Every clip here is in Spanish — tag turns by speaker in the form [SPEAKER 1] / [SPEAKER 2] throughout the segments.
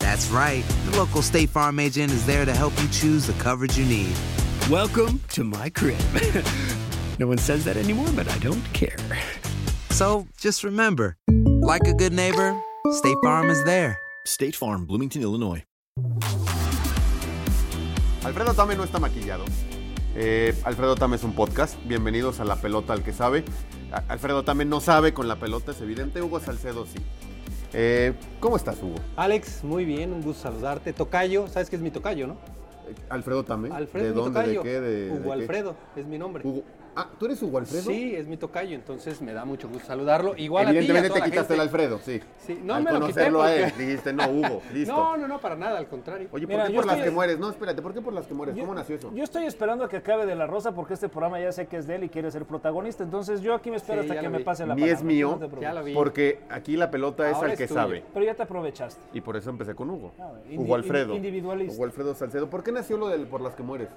[SPEAKER 1] That's right. The local State Farm agent is there to help you choose the coverage you need.
[SPEAKER 2] Welcome to my crib. no one says that anymore, but I don't care.
[SPEAKER 1] So just remember like a good neighbor, State Farm is there.
[SPEAKER 3] State Farm, Bloomington, Illinois.
[SPEAKER 4] Alfredo Tame no está maquillado. Eh, Alfredo Tame es un podcast. Bienvenidos a La Pelota al que sabe. A- Alfredo Tame no sabe con la pelota, es evidente. Hugo Salcedo sí. Eh, ¿Cómo estás, Hugo?
[SPEAKER 5] Alex, muy bien, un gusto saludarte. Tocayo, sabes que es mi tocayo, ¿no?
[SPEAKER 4] Eh, Alfredo Tame.
[SPEAKER 5] Alfredo
[SPEAKER 4] ¿De
[SPEAKER 5] es mi
[SPEAKER 4] dónde? ¿De
[SPEAKER 5] tocayo.
[SPEAKER 4] qué? ¿De, de
[SPEAKER 5] Hugo
[SPEAKER 4] qué?
[SPEAKER 5] Alfredo es mi nombre.
[SPEAKER 4] Hugo. Ah, ¿tú eres Hugo Alfredo?
[SPEAKER 5] Sí, es mi tocayo, entonces me da mucho gusto saludarlo. Igual
[SPEAKER 4] Evidentemente
[SPEAKER 5] a ti y a toda
[SPEAKER 4] te
[SPEAKER 5] la
[SPEAKER 4] quitaste el
[SPEAKER 5] gente.
[SPEAKER 4] Alfredo, sí.
[SPEAKER 5] Sí, no
[SPEAKER 4] Al
[SPEAKER 5] me lo quité
[SPEAKER 4] conocerlo a él,
[SPEAKER 5] porque-
[SPEAKER 4] dijiste, no, Hugo, listo.
[SPEAKER 5] No, no, no, para nada, al contrario.
[SPEAKER 4] Oye, ¿por
[SPEAKER 6] Mira,
[SPEAKER 4] qué
[SPEAKER 6] yo
[SPEAKER 4] por las
[SPEAKER 6] estoy-
[SPEAKER 4] que mueres? No, espérate, ¿por qué por las que mueres? ¿Cómo nació eso?
[SPEAKER 6] Yo estoy esperando a que acabe de la rosa porque este programa ya sé que es de él y quiere ser protagonista. Entonces yo aquí me espero
[SPEAKER 5] Sí,
[SPEAKER 6] hasta
[SPEAKER 5] ya
[SPEAKER 6] que
[SPEAKER 5] lo
[SPEAKER 6] me
[SPEAKER 5] vi.
[SPEAKER 6] pase la
[SPEAKER 4] Ni es
[SPEAKER 6] palabra,
[SPEAKER 4] mío,
[SPEAKER 6] no te
[SPEAKER 5] Ya lo vi.
[SPEAKER 4] porque aquí la pelota es
[SPEAKER 5] Ahora
[SPEAKER 4] al
[SPEAKER 5] es
[SPEAKER 4] que
[SPEAKER 5] tuyo.
[SPEAKER 4] sabe.
[SPEAKER 6] Pero ya te aprovechaste.
[SPEAKER 4] Y por eso empecé con Hugo.
[SPEAKER 6] Ah, bueno, indi-
[SPEAKER 4] Hugo Alfredo.
[SPEAKER 6] in- individualista.
[SPEAKER 4] Hugo Alfredo Salcedo. ¿Por qué nació lo del por las que mueres?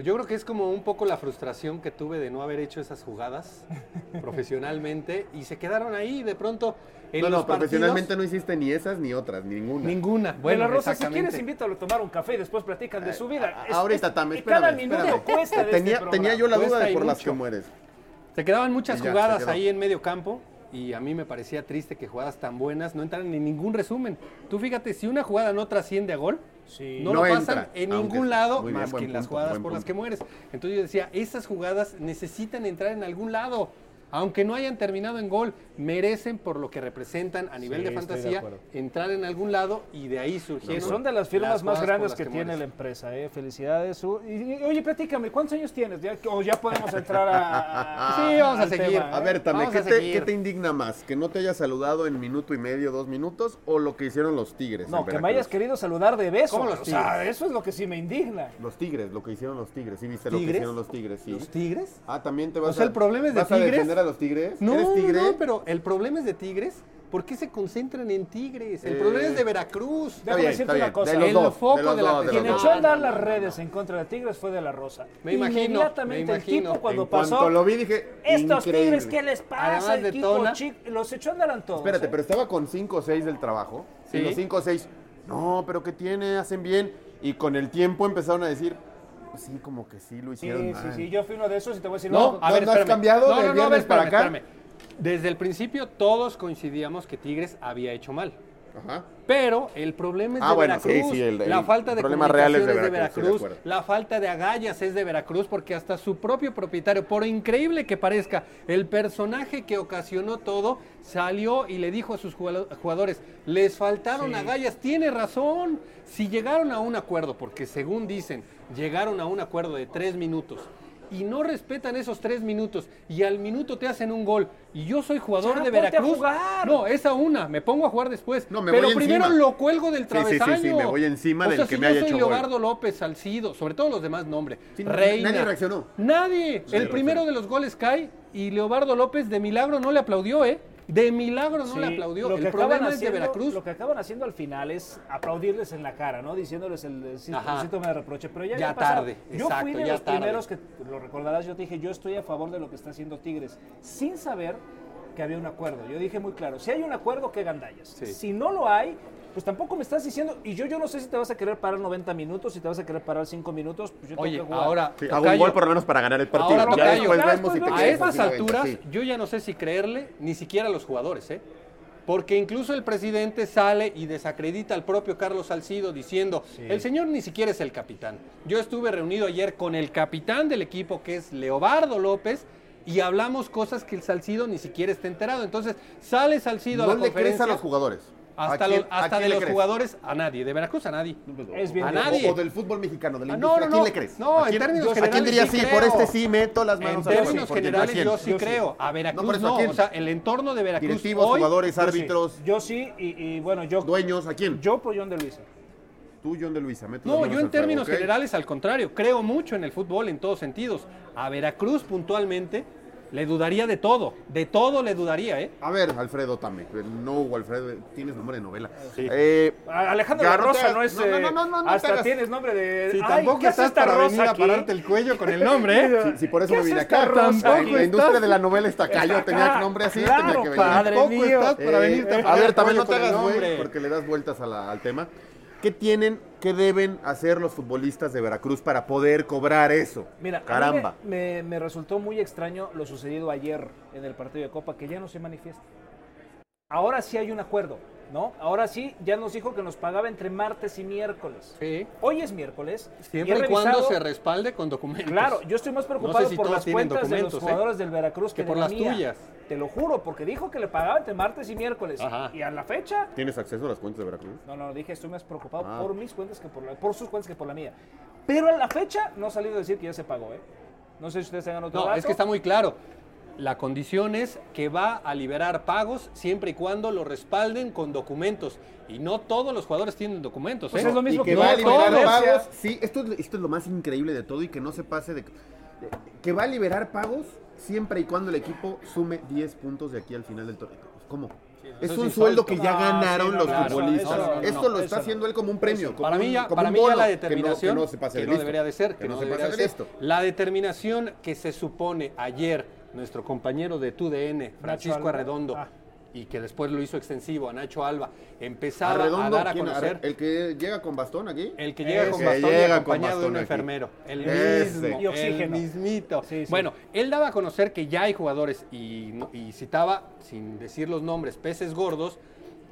[SPEAKER 5] Yo creo que es como un poco la frustración que tuve de no haber hecho esas jugadas profesionalmente y se quedaron ahí de pronto en
[SPEAKER 4] no,
[SPEAKER 5] los
[SPEAKER 4] no, profesionalmente
[SPEAKER 5] partidos,
[SPEAKER 4] no hiciste ni esas ni otras, ninguna.
[SPEAKER 5] Ninguna.
[SPEAKER 6] Bueno,
[SPEAKER 5] Bueno,
[SPEAKER 6] la Rosa, si
[SPEAKER 5] exactamente.
[SPEAKER 6] quieres, invítalo a tomar un café y después platican de su vida. Es-
[SPEAKER 4] Eh, Ah, Ahorita
[SPEAKER 6] es-
[SPEAKER 4] también,
[SPEAKER 6] y Cada
[SPEAKER 4] espérame,
[SPEAKER 6] minuto
[SPEAKER 4] espérame.
[SPEAKER 6] cuesta de
[SPEAKER 4] tenía,
[SPEAKER 6] este programa.
[SPEAKER 4] tenía yo la duda
[SPEAKER 5] Cuesta
[SPEAKER 4] de
[SPEAKER 5] y
[SPEAKER 4] por las que
[SPEAKER 5] mucho.
[SPEAKER 4] mueres.
[SPEAKER 5] Se quedaban muchas
[SPEAKER 4] Y ya, se
[SPEAKER 5] jugadas
[SPEAKER 4] quedó.
[SPEAKER 5] ahí en medio campo y a mí me parecía triste que jugadas tan buenas no entraran en ningún resumen. Tú fíjate, si una jugada no trasciende a gol,
[SPEAKER 6] Sí.
[SPEAKER 5] no,
[SPEAKER 4] No
[SPEAKER 5] lo pasan
[SPEAKER 4] entra,
[SPEAKER 5] en
[SPEAKER 4] aunque-
[SPEAKER 5] ningún lado
[SPEAKER 4] muy bien,
[SPEAKER 5] más
[SPEAKER 4] buen
[SPEAKER 5] que en las
[SPEAKER 4] punto,
[SPEAKER 5] jugadas
[SPEAKER 4] buen
[SPEAKER 5] por las
[SPEAKER 4] punto.
[SPEAKER 5] que mueres. Entonces yo decía, esas jugadas necesitan entrar en algún lado. Aunque no hayan terminado en gol, merecen por lo que representan a nivel
[SPEAKER 6] Sí,
[SPEAKER 5] de
[SPEAKER 6] estoy de
[SPEAKER 5] fantasía
[SPEAKER 6] acuerdo.
[SPEAKER 5] entrar en algún lado y de ahí
[SPEAKER 6] Que
[SPEAKER 5] surgieron.
[SPEAKER 6] son de las firmas
[SPEAKER 5] las
[SPEAKER 6] más
[SPEAKER 5] jugadas por
[SPEAKER 6] grandes
[SPEAKER 5] las
[SPEAKER 6] que, tiene
[SPEAKER 5] mueres.
[SPEAKER 6] la empresa, ¿eh? Felicidades. Hugo. Y- y- oye, platícame, ¿cuántos años tienes? Ya- o ya podemos entrar a.
[SPEAKER 5] Sí, vamos a
[SPEAKER 6] al
[SPEAKER 5] seguir.
[SPEAKER 6] tema,
[SPEAKER 4] A
[SPEAKER 6] ¿eh?
[SPEAKER 4] ver, Tame,
[SPEAKER 5] Vamos
[SPEAKER 4] ¿qué
[SPEAKER 5] a
[SPEAKER 4] te,
[SPEAKER 5] seguir.
[SPEAKER 4] qué te indigna más? ¿Que no te haya saludado en minuto y medio, dos minutos? ¿O lo que hicieron los Tigres? en
[SPEAKER 6] No, que me
[SPEAKER 4] Veracruz?
[SPEAKER 6] hayas querido saludar de beso.
[SPEAKER 5] ¿Cómo los
[SPEAKER 6] o sea,
[SPEAKER 5] tigres?
[SPEAKER 6] eso es lo que sí me indigna.
[SPEAKER 4] Los Tigres, lo que hicieron los Tigres. ¿Sí viste lo que
[SPEAKER 5] ¿Tigres?
[SPEAKER 4] hicieron los Tigres? Sí.
[SPEAKER 5] ¿Los Tigres?
[SPEAKER 4] Ah, también te vas
[SPEAKER 5] O sea,
[SPEAKER 4] a.
[SPEAKER 5] el problema es de
[SPEAKER 4] ¿vas a
[SPEAKER 5] Tigres?
[SPEAKER 4] defender a los Tigres?
[SPEAKER 5] No,
[SPEAKER 4] ¿Eres tigre?
[SPEAKER 5] no, pero el problema es de Tigres. ¿Por qué se concentran en Tigres? El
[SPEAKER 4] Eh,
[SPEAKER 5] problema es de Veracruz.
[SPEAKER 6] Déjame
[SPEAKER 4] bien,
[SPEAKER 6] decirte
[SPEAKER 4] está
[SPEAKER 6] una
[SPEAKER 4] bien.
[SPEAKER 6] cosa.
[SPEAKER 4] De los
[SPEAKER 5] el
[SPEAKER 4] dos,
[SPEAKER 5] foco
[SPEAKER 4] de los
[SPEAKER 5] de la
[SPEAKER 4] dos, de los
[SPEAKER 6] Quien
[SPEAKER 4] No,
[SPEAKER 5] atención.
[SPEAKER 4] dos.
[SPEAKER 6] echó a andar
[SPEAKER 5] No, no,
[SPEAKER 6] las
[SPEAKER 5] no,
[SPEAKER 6] redes en contra de Tigres fue de la Rosa.
[SPEAKER 5] Me imagino,
[SPEAKER 6] Inmediatamente
[SPEAKER 5] me
[SPEAKER 6] el
[SPEAKER 5] imagino.
[SPEAKER 6] tipo cuando
[SPEAKER 4] en
[SPEAKER 6] pasó.
[SPEAKER 4] cuanto lo vi dije.
[SPEAKER 6] Estos
[SPEAKER 4] increíble.
[SPEAKER 6] Tigres, ¿qué les pasa?
[SPEAKER 5] Además
[SPEAKER 6] el
[SPEAKER 5] de
[SPEAKER 6] equipo
[SPEAKER 5] Tona.
[SPEAKER 6] chic- los echó a andar a todos.
[SPEAKER 4] Espérate,
[SPEAKER 6] ¿eh?
[SPEAKER 4] pero estaba con 5 o 6 del trabajo. Y
[SPEAKER 5] Sí.
[SPEAKER 4] los 5 o 6, no, pero ¿qué tiene? Hacen bien. Y con el tiempo empezaron a decir, "Pues sí, como que sí lo
[SPEAKER 6] Sí,
[SPEAKER 4] hicieron.
[SPEAKER 6] sí,
[SPEAKER 4] mal.
[SPEAKER 6] sí, yo fui uno de esos y te voy a decir.
[SPEAKER 4] No,
[SPEAKER 6] no,
[SPEAKER 4] a ver, ¿no has
[SPEAKER 5] espérame.
[SPEAKER 4] cambiado del
[SPEAKER 5] No, no, no, a ver,
[SPEAKER 4] viernes para
[SPEAKER 5] espérame,
[SPEAKER 4] acá?
[SPEAKER 5] espérame. Desde el principio todos coincidíamos que Tigres había hecho mal.
[SPEAKER 4] Ajá.
[SPEAKER 5] Pero el problema es
[SPEAKER 4] Ah,
[SPEAKER 5] de
[SPEAKER 4] bueno, sí,
[SPEAKER 5] Veracruz.
[SPEAKER 4] sí, el-
[SPEAKER 5] la
[SPEAKER 4] el
[SPEAKER 5] falta de
[SPEAKER 4] problema real es de
[SPEAKER 5] comunicación
[SPEAKER 4] Veracruz, sí, de acuerdo.
[SPEAKER 5] la falta de agallas es de Veracruz, porque hasta su propio propietario, por increíble que parezca, el personaje que ocasionó todo salió y le dijo a sus jugalo- jugadores: les faltaron agallas. Tiene razón. Si llegaron a un acuerdo, porque según dicen, llegaron a un acuerdo de tres minutos. Y no respetan esos tres minutos y al minuto te hacen un gol. Y yo soy jugador
[SPEAKER 6] Ya,
[SPEAKER 5] de
[SPEAKER 6] ponte a
[SPEAKER 5] Veracruz.
[SPEAKER 6] jugar.
[SPEAKER 5] No, esa una, me pongo a jugar después.
[SPEAKER 4] No, me
[SPEAKER 5] Pero
[SPEAKER 4] voy
[SPEAKER 5] primero
[SPEAKER 4] encima.
[SPEAKER 5] lo cuelgo del
[SPEAKER 4] Sí, sí, sí, sí,
[SPEAKER 5] travesaño.
[SPEAKER 4] me voy encima
[SPEAKER 5] O
[SPEAKER 4] del
[SPEAKER 5] sea,
[SPEAKER 4] que
[SPEAKER 5] si
[SPEAKER 4] me
[SPEAKER 5] yo
[SPEAKER 4] haya
[SPEAKER 5] soy
[SPEAKER 4] hecho gol.
[SPEAKER 5] Leobardo López, Salcido, sobre todo los demás nombres.
[SPEAKER 4] Sí, no,
[SPEAKER 5] Reina.
[SPEAKER 4] nadie reaccionó.
[SPEAKER 5] Nadie.
[SPEAKER 4] Nadie
[SPEAKER 5] el primero de los goles cae y Leobardo López de milagro no le aplaudió, ¿eh? De milagro no
[SPEAKER 6] Sí,
[SPEAKER 5] le aplaudió.
[SPEAKER 6] lo que
[SPEAKER 5] El
[SPEAKER 6] acaban
[SPEAKER 5] problema es de
[SPEAKER 6] haciendo-
[SPEAKER 5] Veracruz.
[SPEAKER 6] Lo que acaban haciendo al final es aplaudirles en la cara, ¿no? Diciéndoles el, el sí-
[SPEAKER 5] Ajá.
[SPEAKER 6] síntoma de reproche. Pero ya,
[SPEAKER 5] Ya
[SPEAKER 6] había pasado.
[SPEAKER 5] tarde,
[SPEAKER 6] Yo fui
[SPEAKER 5] exacto,
[SPEAKER 6] de
[SPEAKER 5] ya
[SPEAKER 6] los
[SPEAKER 5] tarde.
[SPEAKER 6] primeros que, lo recordarás, yo te dije, yo estoy a favor de lo que está haciendo Tigres, sin saber que había un acuerdo. Yo dije muy claro, si hay un acuerdo, que gandallas. Si no lo hay, pues tampoco me estás diciendo, y yo, yo no sé si te vas a querer parar 90 minutos, si te vas a querer parar 5 minutos, pues yo tengo
[SPEAKER 5] Oye,
[SPEAKER 6] que jugar.
[SPEAKER 5] ahora,
[SPEAKER 4] Sí, hago un gol por lo menos para ganar el partido.
[SPEAKER 5] Ahora,
[SPEAKER 4] ya
[SPEAKER 5] Tocayo,
[SPEAKER 4] después
[SPEAKER 6] ya
[SPEAKER 4] vemos si te
[SPEAKER 6] después
[SPEAKER 5] a
[SPEAKER 4] quedas
[SPEAKER 5] estas
[SPEAKER 4] así 90,
[SPEAKER 5] alturas,
[SPEAKER 4] sí.
[SPEAKER 5] yo ya no sé si creerle ni siquiera a los jugadores, ¿eh? Porque incluso el presidente sale y desacredita al propio Carlos Salcido diciendo, el señor ni siquiera es el capitán. Yo estuve reunido ayer con el capitán del equipo, que es Leobardo López, y hablamos cosas que el Salcido ni siquiera está enterado. Entonces, sale Salcido
[SPEAKER 4] No
[SPEAKER 5] a la
[SPEAKER 4] le crees
[SPEAKER 5] conferencia.
[SPEAKER 4] a los jugadores. ¿A
[SPEAKER 5] Hasta,
[SPEAKER 4] quién-
[SPEAKER 5] los-
[SPEAKER 4] a
[SPEAKER 5] hasta
[SPEAKER 4] quién
[SPEAKER 5] de
[SPEAKER 4] le
[SPEAKER 5] los
[SPEAKER 4] crees?
[SPEAKER 5] jugadores, a nadie. De Veracruz, a nadie.
[SPEAKER 6] Es bien
[SPEAKER 5] a
[SPEAKER 6] difícil.
[SPEAKER 5] nadie.
[SPEAKER 4] O del fútbol mexicano, de la
[SPEAKER 5] Ah,
[SPEAKER 4] industria.
[SPEAKER 5] no,
[SPEAKER 4] ¿A
[SPEAKER 5] no,
[SPEAKER 4] quién
[SPEAKER 5] no.
[SPEAKER 4] le crees?
[SPEAKER 5] No,
[SPEAKER 4] ¿A
[SPEAKER 5] en
[SPEAKER 4] quién,
[SPEAKER 5] términos
[SPEAKER 4] yo- ¿A quién
[SPEAKER 5] generales
[SPEAKER 4] dirías
[SPEAKER 5] sí
[SPEAKER 4] sí? Por
[SPEAKER 5] creo.
[SPEAKER 4] este sí meto las manos.
[SPEAKER 5] En
[SPEAKER 4] al fuego"?
[SPEAKER 5] términos
[SPEAKER 4] ¿Por quién? ¿A
[SPEAKER 5] generales
[SPEAKER 4] quién?
[SPEAKER 5] yo sí creo. A Veracruz
[SPEAKER 4] por eso, ¿a
[SPEAKER 5] no.
[SPEAKER 4] quién?
[SPEAKER 5] O sea, el entorno de Veracruz
[SPEAKER 4] Directivos,
[SPEAKER 5] hoy...
[SPEAKER 4] jugadores,
[SPEAKER 6] Yo sí,
[SPEAKER 4] árbitros,
[SPEAKER 6] Yo sí, y, y bueno, yo,
[SPEAKER 4] dueños, ¿a quién?
[SPEAKER 6] yo por John de Luisa.
[SPEAKER 4] Tú, John de Luisa. meto las
[SPEAKER 5] No,
[SPEAKER 4] manos
[SPEAKER 5] yo
[SPEAKER 4] al fuego,
[SPEAKER 5] en términos
[SPEAKER 4] ¿ok?
[SPEAKER 5] generales, al contrario, creo mucho en el fútbol en todos sentidos. A Veracruz puntualmente le dudaría de todo, de todo le dudaría, ¿eh?
[SPEAKER 4] A ver, Alfredo Tame. No, Hugo Alfredo, tienes nombre de novela. Eh,
[SPEAKER 6] A- Alejandro
[SPEAKER 4] Garrote-
[SPEAKER 6] Rosa no es.
[SPEAKER 4] No, no, no, no, no
[SPEAKER 6] eh,
[SPEAKER 4] te
[SPEAKER 6] hasta
[SPEAKER 4] hagas-
[SPEAKER 6] tienes nombre de.
[SPEAKER 5] Si
[SPEAKER 6] Ay,
[SPEAKER 5] tampoco
[SPEAKER 6] ¿qué hace
[SPEAKER 5] estás
[SPEAKER 6] esta
[SPEAKER 5] para
[SPEAKER 6] rosa
[SPEAKER 5] venir a
[SPEAKER 6] aquí?
[SPEAKER 5] pararte el cuello con el nombre, ¿eh?
[SPEAKER 4] Si, si por eso
[SPEAKER 6] ¿Qué
[SPEAKER 4] me vine
[SPEAKER 6] hace esta
[SPEAKER 4] acá,
[SPEAKER 6] rosa?
[SPEAKER 4] en la industria de la novela está acá, yo
[SPEAKER 6] Está
[SPEAKER 4] tenía
[SPEAKER 6] acá.
[SPEAKER 4] nombre así,
[SPEAKER 6] Claro,
[SPEAKER 4] tenía que venir.
[SPEAKER 6] padre
[SPEAKER 4] Tampoco
[SPEAKER 6] mío.
[SPEAKER 4] estás para
[SPEAKER 6] Eh,
[SPEAKER 4] venirte
[SPEAKER 6] eh,
[SPEAKER 4] a ver, también no te
[SPEAKER 5] con el
[SPEAKER 4] hagas
[SPEAKER 5] nombre.
[SPEAKER 4] güey, porque le das vueltas a la- al tema. ¿Qué tienen, qué deben hacer los futbolistas de Veracruz para poder cobrar eso?
[SPEAKER 6] Mira, a mí
[SPEAKER 4] caramba.
[SPEAKER 6] me, me- me resultó muy extraño lo sucedido ayer en el partido de Copa, que ya no se manifiesta. Ahora sí hay un acuerdo, ¿no? Ahora sí, ya nos dijo que nos pagaba entre martes y miércoles.
[SPEAKER 5] Sí.
[SPEAKER 6] Hoy es miércoles.
[SPEAKER 5] Siempre
[SPEAKER 6] he
[SPEAKER 5] y cuando
[SPEAKER 6] revisado-
[SPEAKER 5] se respalde con documentos.
[SPEAKER 6] Claro, yo estoy más preocupado
[SPEAKER 5] si
[SPEAKER 6] por
[SPEAKER 5] todos
[SPEAKER 6] las
[SPEAKER 5] tienen
[SPEAKER 6] cuentas de los
[SPEAKER 5] documentos, ¿eh?
[SPEAKER 6] jugadores del Veracruz que,
[SPEAKER 5] Que por
[SPEAKER 6] de la
[SPEAKER 5] las
[SPEAKER 6] mía.
[SPEAKER 5] tuyas.
[SPEAKER 6] Te lo juro, porque dijo que le pagaban entre martes y miércoles.
[SPEAKER 5] Ajá.
[SPEAKER 6] Y a la fecha
[SPEAKER 4] ¿Tienes acceso a las cuentas de Veracruz?
[SPEAKER 6] no, no, dije, estoy más preocupado
[SPEAKER 4] Ah.
[SPEAKER 6] por mis cuentas que por la, por sus cuentas que por la mía. Pero a la fecha no ha salido a decir que ya se pagó, ¿eh? No sé si ustedes tengan otro
[SPEAKER 5] No,
[SPEAKER 6] dato.
[SPEAKER 5] es que está muy claro. La condición es que va a liberar pagos siempre y cuando lo respalden con documentos. Y no todos los jugadores tienen documentos.
[SPEAKER 6] Pues
[SPEAKER 5] ¿eh?
[SPEAKER 6] es lo mismo
[SPEAKER 4] y que
[SPEAKER 6] que
[SPEAKER 4] va a
[SPEAKER 6] con la
[SPEAKER 4] liberar
[SPEAKER 6] controversia.
[SPEAKER 4] pagos. Sí, esto es, esto es lo más increíble de todo y que no se pase de... de- Que va a liberar pagos siempre y cuando el equipo sume 10 puntos de aquí al final del torneo. Pues, ¿Cómo? es
[SPEAKER 5] eso
[SPEAKER 4] un
[SPEAKER 5] es
[SPEAKER 4] sueldo
[SPEAKER 5] insólito.
[SPEAKER 4] que ya
[SPEAKER 6] No,
[SPEAKER 4] ganaron
[SPEAKER 6] sí, no,
[SPEAKER 4] los
[SPEAKER 6] claro,
[SPEAKER 4] futbolistas.
[SPEAKER 5] eso no, no, no,
[SPEAKER 4] Esto lo
[SPEAKER 6] eso
[SPEAKER 4] está
[SPEAKER 6] no.
[SPEAKER 4] haciendo él como un premio. Como
[SPEAKER 5] para
[SPEAKER 4] un,
[SPEAKER 5] mí ya,
[SPEAKER 4] como
[SPEAKER 5] para
[SPEAKER 4] un
[SPEAKER 5] mí ya
[SPEAKER 4] bono,
[SPEAKER 5] la
[SPEAKER 4] que no-
[SPEAKER 5] determinación
[SPEAKER 4] que no, se pase de
[SPEAKER 5] que no
[SPEAKER 4] listo,
[SPEAKER 5] debería de ser,
[SPEAKER 4] que no se
[SPEAKER 5] debería
[SPEAKER 4] pase
[SPEAKER 5] de
[SPEAKER 4] de
[SPEAKER 5] ser.
[SPEAKER 4] listo.
[SPEAKER 5] La determinación que se supone ayer nuestro compañero de TUDN, Francisco
[SPEAKER 6] Alba.
[SPEAKER 5] Arredondo,
[SPEAKER 6] Ah.
[SPEAKER 5] y que después lo hizo extensivo a Nacho Alba, empezaba
[SPEAKER 4] Arredondo,
[SPEAKER 5] a dar a
[SPEAKER 4] ¿quién?
[SPEAKER 5] conocer
[SPEAKER 4] Arre- el que llega con bastón aquí.
[SPEAKER 5] el que llega
[SPEAKER 6] Ese.
[SPEAKER 5] con
[SPEAKER 6] Que
[SPEAKER 5] bastón y
[SPEAKER 4] llega con
[SPEAKER 5] acompañado de
[SPEAKER 4] bastón
[SPEAKER 5] un
[SPEAKER 4] aquí.
[SPEAKER 5] enfermero. El
[SPEAKER 4] Ese.
[SPEAKER 5] mismo.
[SPEAKER 6] Y oxígeno.
[SPEAKER 5] El mismito.
[SPEAKER 6] Sí, sí.
[SPEAKER 5] Bueno, él daba a conocer que ya hay jugadores y, no- y citaba, sin decir los nombres, peces gordos,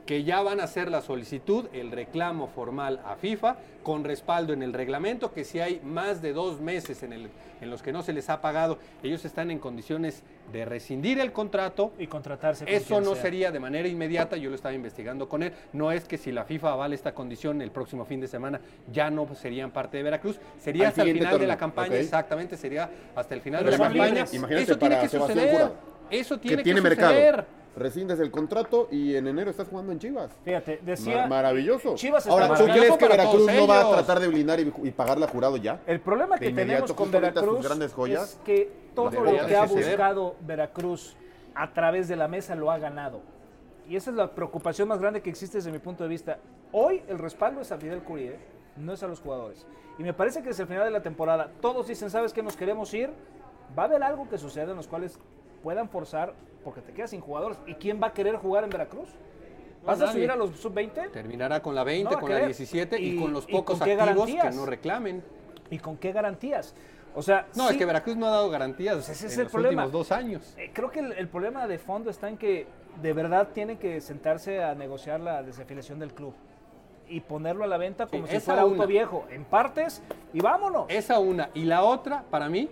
[SPEAKER 5] que ya van a hacer la solicitud, el reclamo formal a FIFA, con respaldo en el reglamento, que si hay más de dos meses en, el- en los que no se les ha pagado, ellos están en condiciones de rescindir el contrato
[SPEAKER 6] Y contratarse con
[SPEAKER 5] eso
[SPEAKER 6] quien
[SPEAKER 5] no
[SPEAKER 6] sea.
[SPEAKER 5] sería de manera inmediata, yo lo estaba investigando con él. No es que si la FIFA avale esta condición el próximo fin de semana ya no serían parte de Veracruz. Sería
[SPEAKER 4] Al
[SPEAKER 5] hasta el
[SPEAKER 4] siguiente
[SPEAKER 5] final de la
[SPEAKER 4] torneo,
[SPEAKER 5] campaña,
[SPEAKER 4] ok.
[SPEAKER 5] exactamente, sería hasta el final
[SPEAKER 6] Pero
[SPEAKER 5] de la
[SPEAKER 6] son
[SPEAKER 5] campaña.
[SPEAKER 6] libres.
[SPEAKER 4] Imagínate
[SPEAKER 5] Eso tiene
[SPEAKER 4] para
[SPEAKER 5] que
[SPEAKER 4] Sebastián
[SPEAKER 5] suceder.
[SPEAKER 4] Jurado,
[SPEAKER 5] Eso tiene que,
[SPEAKER 4] tiene
[SPEAKER 5] suceder.
[SPEAKER 4] mercado. Rescindes el contrato y en enero estás jugando en Chivas.
[SPEAKER 6] Fíjate, decía.
[SPEAKER 4] Mar- maravilloso.
[SPEAKER 6] Chivas está
[SPEAKER 4] Ahora, ¿tú
[SPEAKER 5] maravilloso
[SPEAKER 4] crees que
[SPEAKER 5] para
[SPEAKER 4] Veracruz
[SPEAKER 5] todos
[SPEAKER 4] no va a
[SPEAKER 5] ellos?
[SPEAKER 4] tratar de blindar y, y pagarle a jurado ya?
[SPEAKER 6] El problema
[SPEAKER 4] De
[SPEAKER 6] que tenemos
[SPEAKER 4] inmediato,
[SPEAKER 6] con
[SPEAKER 4] justo ahorita sus
[SPEAKER 6] Veracruz
[SPEAKER 4] grandes joyas,
[SPEAKER 6] es que todo
[SPEAKER 4] deberían
[SPEAKER 6] lo que ha
[SPEAKER 4] de suceder.
[SPEAKER 6] buscado Veracruz a través de la mesa lo ha ganado. Y esa es la preocupación más grande que existe desde mi punto de vista. Hoy el respaldo es a Fidel Curie, ¿eh? no es a los jugadores. Y me parece que desde el final de la temporada todos dicen, ¿sabes qué? Nos queremos ir. Va a haber algo que suceda en los cuales puedan forzar porque te quedas sin jugadores. ¿Y quién va a querer jugar en Veracruz? ¿Vas a
[SPEAKER 5] nadie.
[SPEAKER 6] subir a los sub-20?
[SPEAKER 5] Terminará con la 20,
[SPEAKER 6] No va a
[SPEAKER 5] con la
[SPEAKER 6] querer.
[SPEAKER 5] 17 y,
[SPEAKER 6] Y-
[SPEAKER 5] con los
[SPEAKER 6] y
[SPEAKER 5] pocos
[SPEAKER 6] con qué
[SPEAKER 5] activos
[SPEAKER 6] garantías.
[SPEAKER 5] que no reclamen.
[SPEAKER 6] ¿Y con qué garantías? O sea,
[SPEAKER 5] No, es
[SPEAKER 6] sí-
[SPEAKER 5] que Veracruz no ha dado garantías
[SPEAKER 6] Pues ese
[SPEAKER 5] en
[SPEAKER 6] es el
[SPEAKER 5] los
[SPEAKER 6] problema.
[SPEAKER 5] últimos dos años.
[SPEAKER 6] Eh, Creo que el, el problema de fondo está en que de verdad tienen que sentarse a negociar la desafiliación del club y ponerlo a la venta como
[SPEAKER 5] Sí,
[SPEAKER 6] si
[SPEAKER 5] esa
[SPEAKER 6] fuera
[SPEAKER 5] una.
[SPEAKER 6] auto viejo, en partes y vámonos.
[SPEAKER 5] Esa una. Y la otra, para mí,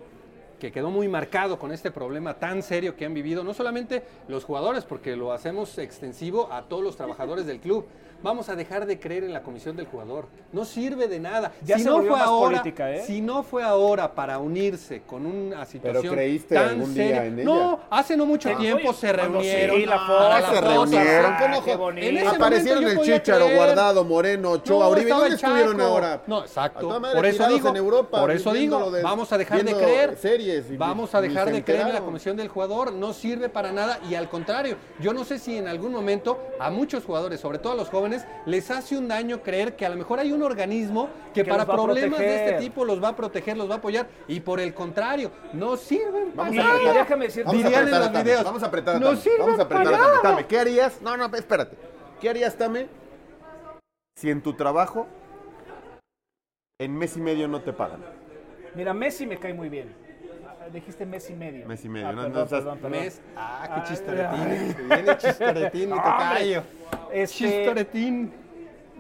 [SPEAKER 5] que quedó muy marcado con este problema tan serio que han vivido, no solamente los jugadores, porque lo hacemos extensivo a todos los trabajadores del club. Vamos a dejar de creer en la comisión del jugador. No sirve de nada.
[SPEAKER 6] Ya se
[SPEAKER 5] no
[SPEAKER 6] volvió
[SPEAKER 5] fue
[SPEAKER 6] más
[SPEAKER 5] ahora,
[SPEAKER 6] política, ¿eh?
[SPEAKER 5] si no fue ahora para unirse con una situación
[SPEAKER 4] creíste
[SPEAKER 5] tan
[SPEAKER 4] algún día
[SPEAKER 5] seria,
[SPEAKER 4] en
[SPEAKER 5] no,
[SPEAKER 4] ella.
[SPEAKER 5] hace no mucho tiempo se
[SPEAKER 6] cuando sí,
[SPEAKER 5] reunieron.
[SPEAKER 6] la
[SPEAKER 5] Ah,
[SPEAKER 6] foto,
[SPEAKER 5] la
[SPEAKER 4] se
[SPEAKER 5] foto,
[SPEAKER 4] reunieron.
[SPEAKER 5] ah,
[SPEAKER 4] ¿Cómo
[SPEAKER 6] qué
[SPEAKER 4] jo-
[SPEAKER 6] bonito.
[SPEAKER 5] En ese
[SPEAKER 4] Aparecieron
[SPEAKER 5] momento
[SPEAKER 4] el
[SPEAKER 5] yo podía
[SPEAKER 4] Chicharo,
[SPEAKER 5] creer.
[SPEAKER 4] Guardado, Moreno, Ochoa, Uribe.
[SPEAKER 5] estaba
[SPEAKER 4] ¿Dónde
[SPEAKER 5] el
[SPEAKER 4] estuvieron
[SPEAKER 5] Chaco.
[SPEAKER 4] ahora?
[SPEAKER 5] No,
[SPEAKER 4] A
[SPEAKER 5] exacto.
[SPEAKER 4] toda madre,
[SPEAKER 5] por eso
[SPEAKER 4] tirados
[SPEAKER 5] digo,
[SPEAKER 4] en Europa,
[SPEAKER 5] por eso
[SPEAKER 4] viendo
[SPEAKER 5] digo,
[SPEAKER 4] lo de-
[SPEAKER 5] vamos a dejar de
[SPEAKER 4] viendo
[SPEAKER 5] creer
[SPEAKER 4] series. y-
[SPEAKER 5] Vamos a
[SPEAKER 4] y
[SPEAKER 5] dejar
[SPEAKER 4] se
[SPEAKER 5] de creer en la
[SPEAKER 4] enteraron.
[SPEAKER 5] comisión del jugador, no sirve para nada y al contrario, yo no sé si en algún momento a muchos jugadores, sobre todo a los jóvenes, les hace un daño creer que a lo mejor hay un organismo que,
[SPEAKER 6] Que
[SPEAKER 5] para
[SPEAKER 6] los va a
[SPEAKER 5] problemas de este
[SPEAKER 6] proteger.
[SPEAKER 5] tipo los va a proteger, los va a apoyar y por el contrario, no sirven para
[SPEAKER 4] Vamos a
[SPEAKER 5] nada.
[SPEAKER 4] apretar.
[SPEAKER 6] déjame decirte-
[SPEAKER 4] Vamos a
[SPEAKER 5] Dirían en
[SPEAKER 4] apretar a
[SPEAKER 5] los
[SPEAKER 4] Tame,
[SPEAKER 5] videos.
[SPEAKER 4] Vamos a apretar a
[SPEAKER 5] "No
[SPEAKER 4] Tame,
[SPEAKER 5] sirve
[SPEAKER 4] Vamos a apretar a
[SPEAKER 5] para
[SPEAKER 4] Tame.
[SPEAKER 5] nada".
[SPEAKER 4] Tame, ¿Qué harías? No, no, espérate. ¿Qué harías, Tame, si en tu trabajo en mes y medio no te pagan?
[SPEAKER 6] Mira, Messi me cae muy bien. Ah, Dijiste mes y medio.
[SPEAKER 4] Mes y medio,
[SPEAKER 6] Ah,
[SPEAKER 4] ¿no?
[SPEAKER 6] perdón,
[SPEAKER 4] Entonces,
[SPEAKER 6] perdón, perdón.
[SPEAKER 5] Mes- ah, qué
[SPEAKER 6] Ay,
[SPEAKER 5] chistoretín. Viene chistoretín y te
[SPEAKER 6] Hombre,
[SPEAKER 5] callo.
[SPEAKER 6] este,
[SPEAKER 5] Chistoretín.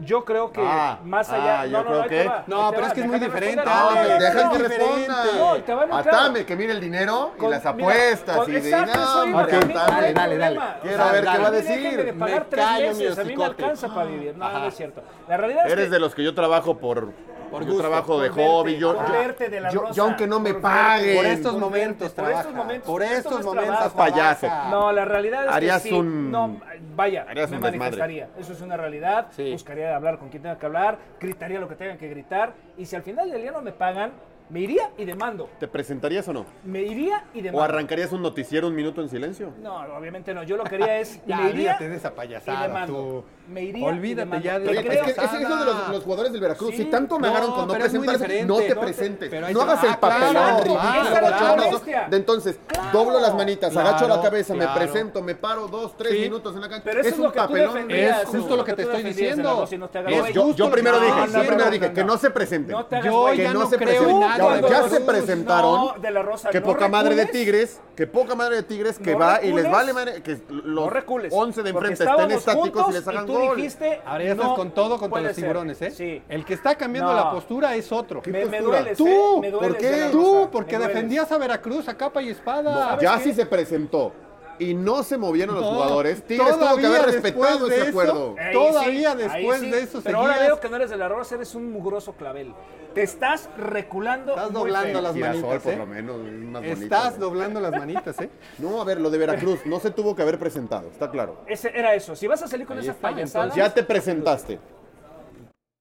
[SPEAKER 6] Yo creo que
[SPEAKER 4] Ah,
[SPEAKER 6] más
[SPEAKER 4] ah,
[SPEAKER 6] allá.
[SPEAKER 4] yo creo
[SPEAKER 6] ahí te
[SPEAKER 4] que-
[SPEAKER 6] va,
[SPEAKER 5] No,
[SPEAKER 6] ahí te
[SPEAKER 5] pero
[SPEAKER 6] va,
[SPEAKER 5] es que es muy
[SPEAKER 6] déjame
[SPEAKER 5] diferente.
[SPEAKER 6] responder.
[SPEAKER 5] No,
[SPEAKER 4] Hombre,
[SPEAKER 5] hombre,
[SPEAKER 4] deja
[SPEAKER 5] no,
[SPEAKER 4] que
[SPEAKER 5] diferente.
[SPEAKER 4] responda.
[SPEAKER 6] No, y te van a
[SPEAKER 4] A
[SPEAKER 6] claro.
[SPEAKER 4] Tame, que mire el dinero y
[SPEAKER 6] Con-
[SPEAKER 4] las
[SPEAKER 6] mira,
[SPEAKER 4] apuestas.
[SPEAKER 6] con-
[SPEAKER 4] y de,
[SPEAKER 6] exacto,
[SPEAKER 4] no,
[SPEAKER 6] soy
[SPEAKER 4] hombre,
[SPEAKER 6] independiente,
[SPEAKER 4] Tame,
[SPEAKER 6] no hay
[SPEAKER 5] dale, dale.
[SPEAKER 6] problema.
[SPEAKER 4] Quiero ver qué va a
[SPEAKER 6] a mí déjenme
[SPEAKER 4] decir.
[SPEAKER 6] De
[SPEAKER 4] Me
[SPEAKER 6] pagar tres
[SPEAKER 5] callo, mi
[SPEAKER 6] meses, a mí me
[SPEAKER 5] hocicote.
[SPEAKER 6] alcanza para vivir. No,
[SPEAKER 5] Ajá.
[SPEAKER 6] no es cierto. La realidad es
[SPEAKER 4] Eres
[SPEAKER 6] que
[SPEAKER 4] de los que yo trabajo por.
[SPEAKER 5] Por
[SPEAKER 4] yo
[SPEAKER 5] gusto,
[SPEAKER 4] trabajo de
[SPEAKER 6] por verte,
[SPEAKER 4] hobby. Yo,
[SPEAKER 6] por
[SPEAKER 4] yo-
[SPEAKER 6] verte de la
[SPEAKER 4] yo- yo
[SPEAKER 6] rosa,
[SPEAKER 4] aunque no me
[SPEAKER 6] por
[SPEAKER 4] paguen.
[SPEAKER 6] verte,
[SPEAKER 5] Por estos
[SPEAKER 6] por
[SPEAKER 5] momentos
[SPEAKER 6] verte, por estos
[SPEAKER 5] trabaja.
[SPEAKER 6] momentos,
[SPEAKER 5] Por
[SPEAKER 6] esto no
[SPEAKER 5] estos
[SPEAKER 6] es
[SPEAKER 5] momentos
[SPEAKER 6] trabajo.
[SPEAKER 4] Payaso.
[SPEAKER 5] trabaja.
[SPEAKER 6] No, la realidad es
[SPEAKER 4] Harías
[SPEAKER 6] que sí,
[SPEAKER 4] un-
[SPEAKER 6] no, vaya,
[SPEAKER 4] harías
[SPEAKER 6] me
[SPEAKER 4] un desmadre.
[SPEAKER 6] manifestaría. Eso es una realidad.
[SPEAKER 5] Sí.
[SPEAKER 6] Buscaría hablar con quien tenga que hablar, gritaría lo que tengan que gritar y si al final del día no me pagan, me iría y demando.
[SPEAKER 4] ¿Te presentarías o no?
[SPEAKER 6] Me iría y
[SPEAKER 4] ¿O
[SPEAKER 6] demando.
[SPEAKER 4] arrancarías un noticiero un minuto en silencio?
[SPEAKER 6] No, obviamente no. Yo lo quería es
[SPEAKER 5] Ya,
[SPEAKER 6] me iría
[SPEAKER 5] olvídate de esa payasada,
[SPEAKER 6] y demando.
[SPEAKER 5] tú.
[SPEAKER 6] Me iría.
[SPEAKER 5] Olvídate
[SPEAKER 6] y demando.
[SPEAKER 5] ya de
[SPEAKER 6] Te
[SPEAKER 5] esa
[SPEAKER 4] Oye,
[SPEAKER 6] creo-
[SPEAKER 4] es
[SPEAKER 5] payasada.
[SPEAKER 4] que ese es lo de los, los jugadores del Veracruz.
[SPEAKER 6] Sí.
[SPEAKER 4] si tanto me
[SPEAKER 5] No,
[SPEAKER 4] agarraron con no
[SPEAKER 5] pero es muy
[SPEAKER 4] presentarse,
[SPEAKER 5] diferente.
[SPEAKER 4] no te
[SPEAKER 5] No
[SPEAKER 6] te-
[SPEAKER 4] presentes.
[SPEAKER 5] pero ahí
[SPEAKER 4] no
[SPEAKER 5] te va.
[SPEAKER 4] hagas el
[SPEAKER 5] Ah, claro,
[SPEAKER 4] papelón
[SPEAKER 5] claro,
[SPEAKER 4] ridículo,
[SPEAKER 5] claro.
[SPEAKER 4] bochornoso.
[SPEAKER 6] Claro.
[SPEAKER 4] De entonces,
[SPEAKER 6] Claro.
[SPEAKER 4] doblo las manitas, agacho la
[SPEAKER 5] Claro,
[SPEAKER 4] cabeza, me
[SPEAKER 5] claro.
[SPEAKER 4] presento, me paro dos, tres
[SPEAKER 5] Sí.
[SPEAKER 4] minutos en la cancha.
[SPEAKER 6] Pero eso es, lo
[SPEAKER 4] un
[SPEAKER 6] que tú
[SPEAKER 4] papelón.
[SPEAKER 6] defendías,
[SPEAKER 5] Es justo
[SPEAKER 6] tú-
[SPEAKER 5] lo que te
[SPEAKER 6] tú
[SPEAKER 5] estoy
[SPEAKER 6] defendías en la
[SPEAKER 5] diciendo.
[SPEAKER 6] voz y no te hagas
[SPEAKER 5] Es
[SPEAKER 4] No,
[SPEAKER 6] güey.
[SPEAKER 4] yo,
[SPEAKER 5] justo
[SPEAKER 4] yo
[SPEAKER 5] lo
[SPEAKER 4] primero
[SPEAKER 5] que-
[SPEAKER 4] dije,
[SPEAKER 5] No,
[SPEAKER 4] yo
[SPEAKER 5] no,
[SPEAKER 4] primero
[SPEAKER 5] no,
[SPEAKER 4] dije, que no se presenten.
[SPEAKER 6] No te hagas
[SPEAKER 5] Yo
[SPEAKER 6] güey.
[SPEAKER 4] que
[SPEAKER 5] ya
[SPEAKER 4] no,
[SPEAKER 5] no
[SPEAKER 4] se
[SPEAKER 5] creo
[SPEAKER 4] presenten.
[SPEAKER 5] en nadie
[SPEAKER 4] Ya,
[SPEAKER 5] de
[SPEAKER 4] ya
[SPEAKER 5] Veracruz.
[SPEAKER 4] se presentaron.
[SPEAKER 6] No, de la Rosa,
[SPEAKER 4] Que
[SPEAKER 6] no
[SPEAKER 4] poca madre de
[SPEAKER 6] recules.
[SPEAKER 4] Tigres, que poca madre de Tigres, que
[SPEAKER 6] No
[SPEAKER 4] va y les
[SPEAKER 6] recules.
[SPEAKER 4] vale madre, que los
[SPEAKER 6] no recules.
[SPEAKER 4] 11 de
[SPEAKER 6] porque
[SPEAKER 4] enfrente estén
[SPEAKER 6] estábamos
[SPEAKER 4] estáticos y
[SPEAKER 6] juntos
[SPEAKER 4] les hagan
[SPEAKER 6] tú
[SPEAKER 4] gol.
[SPEAKER 6] dijiste,
[SPEAKER 5] Ahora ya estás
[SPEAKER 6] no
[SPEAKER 5] con todo contra
[SPEAKER 6] puede
[SPEAKER 5] los
[SPEAKER 6] ser.
[SPEAKER 5] tiburones, ¿eh?
[SPEAKER 6] Sí.
[SPEAKER 5] El que está cambiando
[SPEAKER 6] No.
[SPEAKER 5] la postura es otro.
[SPEAKER 4] ¿Qué
[SPEAKER 6] me, me
[SPEAKER 4] postura?
[SPEAKER 6] dueles,
[SPEAKER 4] Tú,
[SPEAKER 6] ¿eh? Me
[SPEAKER 4] ¿por
[SPEAKER 6] dueles,
[SPEAKER 4] qué?
[SPEAKER 6] de la Rosa,
[SPEAKER 5] Tú,
[SPEAKER 6] me
[SPEAKER 5] porque
[SPEAKER 6] dueles.
[SPEAKER 5] defendías a Veracruz a capa y espada.
[SPEAKER 4] No, ya si se presentó y no se movieron los
[SPEAKER 5] No,
[SPEAKER 4] jugadores, Tigres tuvo que
[SPEAKER 5] todavía
[SPEAKER 4] haber
[SPEAKER 5] después
[SPEAKER 4] respetado
[SPEAKER 5] de
[SPEAKER 4] ese
[SPEAKER 5] eso,
[SPEAKER 4] acuerdo.
[SPEAKER 6] Ahí
[SPEAKER 5] Todavía
[SPEAKER 6] sí,
[SPEAKER 5] después
[SPEAKER 6] ahí sí,
[SPEAKER 5] de eso
[SPEAKER 6] Pero ahora
[SPEAKER 5] seguías-
[SPEAKER 6] veo que no eres de la Rosa, eres un mugroso clavel. Te estás reculando
[SPEAKER 5] Estás
[SPEAKER 6] muy
[SPEAKER 5] doblando
[SPEAKER 6] feo.
[SPEAKER 5] las
[SPEAKER 4] Girasol,
[SPEAKER 5] manitas,
[SPEAKER 4] por
[SPEAKER 5] ¿eh?
[SPEAKER 4] lo menos, es más bonito,
[SPEAKER 5] Estás
[SPEAKER 4] ¿no?
[SPEAKER 5] doblando las manitas, ¿eh?
[SPEAKER 4] No, a ver, lo de Veracruz no se tuvo que haber presentado, está claro.
[SPEAKER 6] Ese era eso. Si vas a salir con
[SPEAKER 5] Ahí
[SPEAKER 6] esas
[SPEAKER 5] está,
[SPEAKER 6] payasadas,
[SPEAKER 4] Pues Ya te presentaste.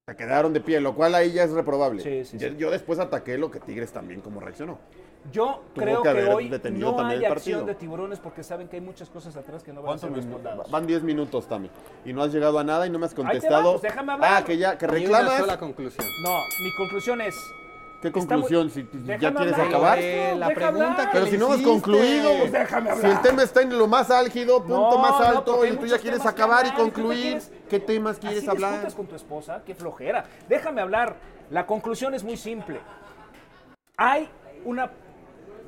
[SPEAKER 4] Te quedaron de pie, lo cual ahí ya es reprobable.
[SPEAKER 6] Sí, sí,
[SPEAKER 4] yo,
[SPEAKER 6] sí.
[SPEAKER 4] yo después ataqué lo que Tigres también como reaccionó.
[SPEAKER 6] yo
[SPEAKER 4] Tuvo
[SPEAKER 6] creo
[SPEAKER 4] que
[SPEAKER 6] que,
[SPEAKER 4] haber
[SPEAKER 6] hoy
[SPEAKER 4] detenido
[SPEAKER 6] no
[SPEAKER 4] también
[SPEAKER 6] hay
[SPEAKER 4] el partido.
[SPEAKER 6] acción de tiburones porque saben que hay muchas cosas atrás que no van a ser respondadas.
[SPEAKER 4] Van 10 minutos, Tami. Y no has llegado a nada y no me has
[SPEAKER 6] va,
[SPEAKER 4] contestado.
[SPEAKER 6] pues déjame hablar.
[SPEAKER 4] Ah, que ya, que
[SPEAKER 5] Y una
[SPEAKER 4] reclamas.
[SPEAKER 5] sola conclusión.
[SPEAKER 6] No, mi conclusión es.
[SPEAKER 4] ¿Qué
[SPEAKER 6] Está
[SPEAKER 4] conclusión?
[SPEAKER 6] muy-
[SPEAKER 4] Si tú- ya
[SPEAKER 6] Déjame
[SPEAKER 4] quieres
[SPEAKER 6] hablar.
[SPEAKER 4] acabar.
[SPEAKER 5] Eh, la
[SPEAKER 6] Deja
[SPEAKER 5] pregunta
[SPEAKER 6] hablar.
[SPEAKER 5] que
[SPEAKER 4] Pero
[SPEAKER 5] le
[SPEAKER 4] si no hemos
[SPEAKER 5] hiciste.
[SPEAKER 4] concluido,
[SPEAKER 6] Pues déjame
[SPEAKER 4] si el
[SPEAKER 6] hablar.
[SPEAKER 4] tema está en lo más álgido, punto
[SPEAKER 6] No,
[SPEAKER 4] más
[SPEAKER 6] no,
[SPEAKER 4] alto,
[SPEAKER 6] porque hay
[SPEAKER 4] y tú ya
[SPEAKER 6] muchos
[SPEAKER 4] quieres
[SPEAKER 6] temas que
[SPEAKER 4] acabar y
[SPEAKER 6] hablar, tú te
[SPEAKER 4] concluir,
[SPEAKER 6] quieres-
[SPEAKER 4] ¿qué temas quieres
[SPEAKER 6] Así
[SPEAKER 4] hablar?
[SPEAKER 6] discutas con tu esposa? Qué flojera. Déjame hablar. La conclusión es muy simple. Hay una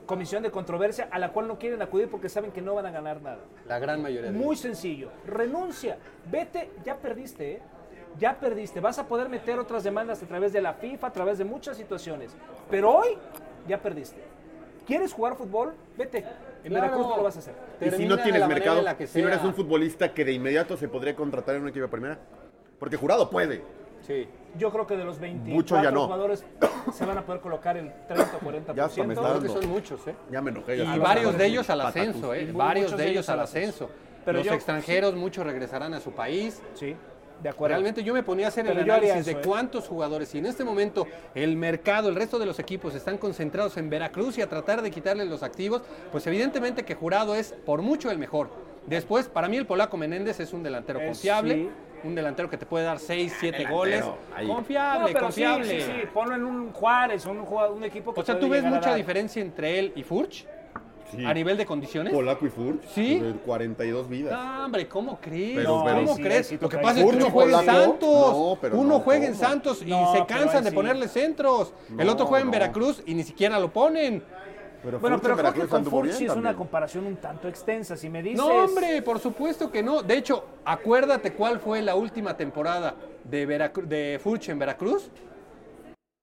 [SPEAKER 6] comisión de controversia a la cual no quieren acudir porque saben que no van a ganar nada.
[SPEAKER 5] La gran mayoría de
[SPEAKER 6] Muy sencillo. Renuncia. Vete. Ya perdiste, ¿eh? Ya perdiste. Vas a poder meter otras demandas a través de la FIFA, a través de muchas situaciones. Pero hoy ya perdiste. ¿Quieres jugar fútbol? Vete. En
[SPEAKER 5] Claro.
[SPEAKER 6] Veracruz no lo vas a hacer.
[SPEAKER 4] Y si
[SPEAKER 5] Termina
[SPEAKER 4] no
[SPEAKER 5] de
[SPEAKER 4] tienes
[SPEAKER 5] la manera
[SPEAKER 4] mercado,
[SPEAKER 5] en la que
[SPEAKER 4] si no eres
[SPEAKER 5] sea.
[SPEAKER 4] un futbolista que de inmediato se podría contratar en un equipo de primera, porque jurado puede.
[SPEAKER 5] Sí.
[SPEAKER 6] Yo creo que de los 24
[SPEAKER 4] Mucho ya no.
[SPEAKER 6] jugadores se van a poder colocar el 30 o 40%.
[SPEAKER 4] Ya hasta me está
[SPEAKER 5] Creo que
[SPEAKER 4] dando.
[SPEAKER 5] son muchos, ¿eh?
[SPEAKER 4] Ya me enojé. ya
[SPEAKER 5] Y
[SPEAKER 4] estaba
[SPEAKER 5] varios
[SPEAKER 4] hablando
[SPEAKER 5] de ellos al
[SPEAKER 4] patatús.
[SPEAKER 5] ascenso,
[SPEAKER 6] Y
[SPEAKER 5] ¿eh?
[SPEAKER 6] mu-
[SPEAKER 5] Varios de ellos al ascenso.
[SPEAKER 6] Pero
[SPEAKER 5] Los
[SPEAKER 6] yo-
[SPEAKER 5] extranjeros, muchos regresarán a su país.
[SPEAKER 6] Sí, de acuerdo.
[SPEAKER 5] Realmente yo me ponía a hacer el
[SPEAKER 6] Pero yo haría
[SPEAKER 5] análisis de
[SPEAKER 6] eso, ¿eh?
[SPEAKER 5] cuántos jugadores, y en este momento el mercado, el resto de los equipos están concentrados en Veracruz y a tratar de quitarles los activos, pues evidentemente que Jurado es por mucho el mejor. Después, para mí el polaco Menéndez es un delantero
[SPEAKER 6] Eh,
[SPEAKER 5] confiable,
[SPEAKER 6] sí.
[SPEAKER 5] un delantero que te puede dar 6, 7
[SPEAKER 4] delantero,
[SPEAKER 5] goles.
[SPEAKER 4] ahí.
[SPEAKER 5] Confiable,
[SPEAKER 6] No, pero sí,
[SPEAKER 5] confiable.
[SPEAKER 6] sí, sí, ponlo en un Juárez, un, jua- un equipo que
[SPEAKER 5] O sea,
[SPEAKER 6] puede
[SPEAKER 5] ¿tú ves
[SPEAKER 6] llegar a
[SPEAKER 5] mucha
[SPEAKER 6] dar.
[SPEAKER 5] diferencia entre él y Furch
[SPEAKER 4] Sí.
[SPEAKER 5] a nivel de condiciones?
[SPEAKER 4] Polaco y Furch,
[SPEAKER 5] Sí. Ah,
[SPEAKER 4] de 42 vidas.
[SPEAKER 5] No, hombre, ¿cómo crees?
[SPEAKER 4] Pero, pero-
[SPEAKER 5] ¿Cómo
[SPEAKER 6] Sí,
[SPEAKER 5] crees?
[SPEAKER 6] sí,
[SPEAKER 5] Lo que
[SPEAKER 6] toca-
[SPEAKER 5] pasa es que
[SPEAKER 4] Furch
[SPEAKER 5] uno
[SPEAKER 4] y
[SPEAKER 5] juega en
[SPEAKER 4] Polaco.
[SPEAKER 5] Santos.
[SPEAKER 4] No, pero
[SPEAKER 5] uno
[SPEAKER 4] no,
[SPEAKER 5] juega en
[SPEAKER 4] ¿cómo?
[SPEAKER 5] Santos y
[SPEAKER 6] No,
[SPEAKER 5] se
[SPEAKER 6] pero
[SPEAKER 5] cansan
[SPEAKER 6] ahí
[SPEAKER 5] de
[SPEAKER 6] sí.
[SPEAKER 5] ponerle centros. el
[SPEAKER 4] No,
[SPEAKER 5] otro juega en
[SPEAKER 4] no.
[SPEAKER 5] Veracruz y ni siquiera lo ponen.
[SPEAKER 4] Pero
[SPEAKER 6] Bueno,
[SPEAKER 4] Furch
[SPEAKER 6] pero
[SPEAKER 4] en
[SPEAKER 6] creo que
[SPEAKER 4] Veracruz
[SPEAKER 6] con
[SPEAKER 4] anduvo
[SPEAKER 6] Furchi
[SPEAKER 4] bien
[SPEAKER 6] es
[SPEAKER 4] también.
[SPEAKER 6] una comparación un tanto extensa. Si me dices.
[SPEAKER 5] No, hombre, por supuesto que no. De hecho, acuérdate cuál fue la última temporada de, Veracru- de Furch en Veracruz.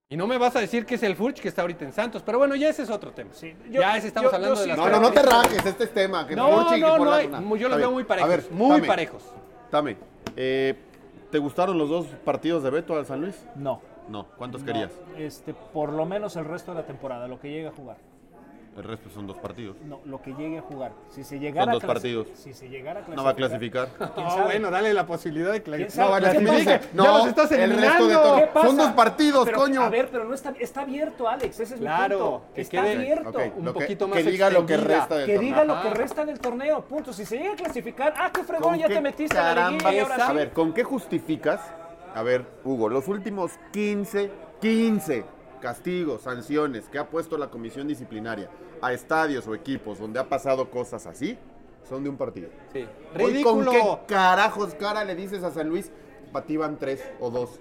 [SPEAKER 5] Y no me vas a decir que es el Furch que está ahorita en Santos. Pero bueno, ya ese es otro tema.
[SPEAKER 6] Sí, yo-
[SPEAKER 5] ya ese estamos
[SPEAKER 6] yo-
[SPEAKER 5] hablando
[SPEAKER 6] yo
[SPEAKER 5] de
[SPEAKER 6] sí
[SPEAKER 5] las
[SPEAKER 4] No, no, no te rajes, este es tema. Que
[SPEAKER 5] No,
[SPEAKER 4] Furch y
[SPEAKER 5] no, no,
[SPEAKER 4] Polaco,
[SPEAKER 5] hay-
[SPEAKER 4] nada.
[SPEAKER 5] yo los
[SPEAKER 4] Está
[SPEAKER 5] veo
[SPEAKER 4] bien.
[SPEAKER 5] muy
[SPEAKER 4] A
[SPEAKER 5] parejos,
[SPEAKER 4] ver,
[SPEAKER 5] muy
[SPEAKER 4] Tame,
[SPEAKER 5] parejos.
[SPEAKER 4] Tame, eh, ¿te gustaron los dos partidos de Beto al San Luis?
[SPEAKER 6] No.
[SPEAKER 4] No, ¿cuántos
[SPEAKER 6] no,
[SPEAKER 4] querías?
[SPEAKER 6] Este, por lo menos el resto de la temporada, lo que llega a jugar.
[SPEAKER 4] El resto son dos partidos.
[SPEAKER 6] No, lo que llegue a jugar. Si se llegara
[SPEAKER 4] Son dos
[SPEAKER 6] a clasi-
[SPEAKER 4] partidos.
[SPEAKER 6] Si se llegara a
[SPEAKER 4] No va a clasificar.
[SPEAKER 6] ¿Quién
[SPEAKER 5] No,
[SPEAKER 6] sabe?
[SPEAKER 5] bueno, dale la posibilidad de
[SPEAKER 6] ¿Quién
[SPEAKER 5] clasificar.
[SPEAKER 6] sabe?
[SPEAKER 5] No, va a
[SPEAKER 6] ¿Qué
[SPEAKER 5] clasificar.
[SPEAKER 6] pasa?
[SPEAKER 5] No, los estás
[SPEAKER 4] el
[SPEAKER 5] eliminando.
[SPEAKER 4] resto de torneo.
[SPEAKER 6] ¿Qué pasa?
[SPEAKER 4] Son dos partidos,
[SPEAKER 6] Pero,
[SPEAKER 4] coño.
[SPEAKER 6] A ver, pero no está, está abierto, Alex. Ese es
[SPEAKER 5] Claro,
[SPEAKER 6] mi punto.
[SPEAKER 5] que
[SPEAKER 6] está
[SPEAKER 5] quede-
[SPEAKER 6] abierto.
[SPEAKER 4] Ok,
[SPEAKER 5] un
[SPEAKER 4] lo que-
[SPEAKER 5] poquito más
[SPEAKER 4] Que diga lo que
[SPEAKER 5] extendida.
[SPEAKER 4] resta del
[SPEAKER 6] Que diga
[SPEAKER 4] torneo.
[SPEAKER 6] lo que resta del torneo, punto. Si se llega a clasificar, ah, qué fregón,
[SPEAKER 4] ¿Con
[SPEAKER 6] ya
[SPEAKER 4] qué
[SPEAKER 6] te metiste a la
[SPEAKER 4] caramba?
[SPEAKER 6] liguilla y ahora sí.
[SPEAKER 4] A ver, ¿con qué justificas? A ver, Hugo, los últimos 15, 15 castigos, sanciones que ha puesto la comisión disciplinaria a estadios o equipos donde ha pasado cosas así, son de un partido.
[SPEAKER 5] Sí.
[SPEAKER 4] Hoy, ¿Con qué
[SPEAKER 5] Ridículo.
[SPEAKER 4] carajos cara le dices a San Luis? Batiban tres o dos.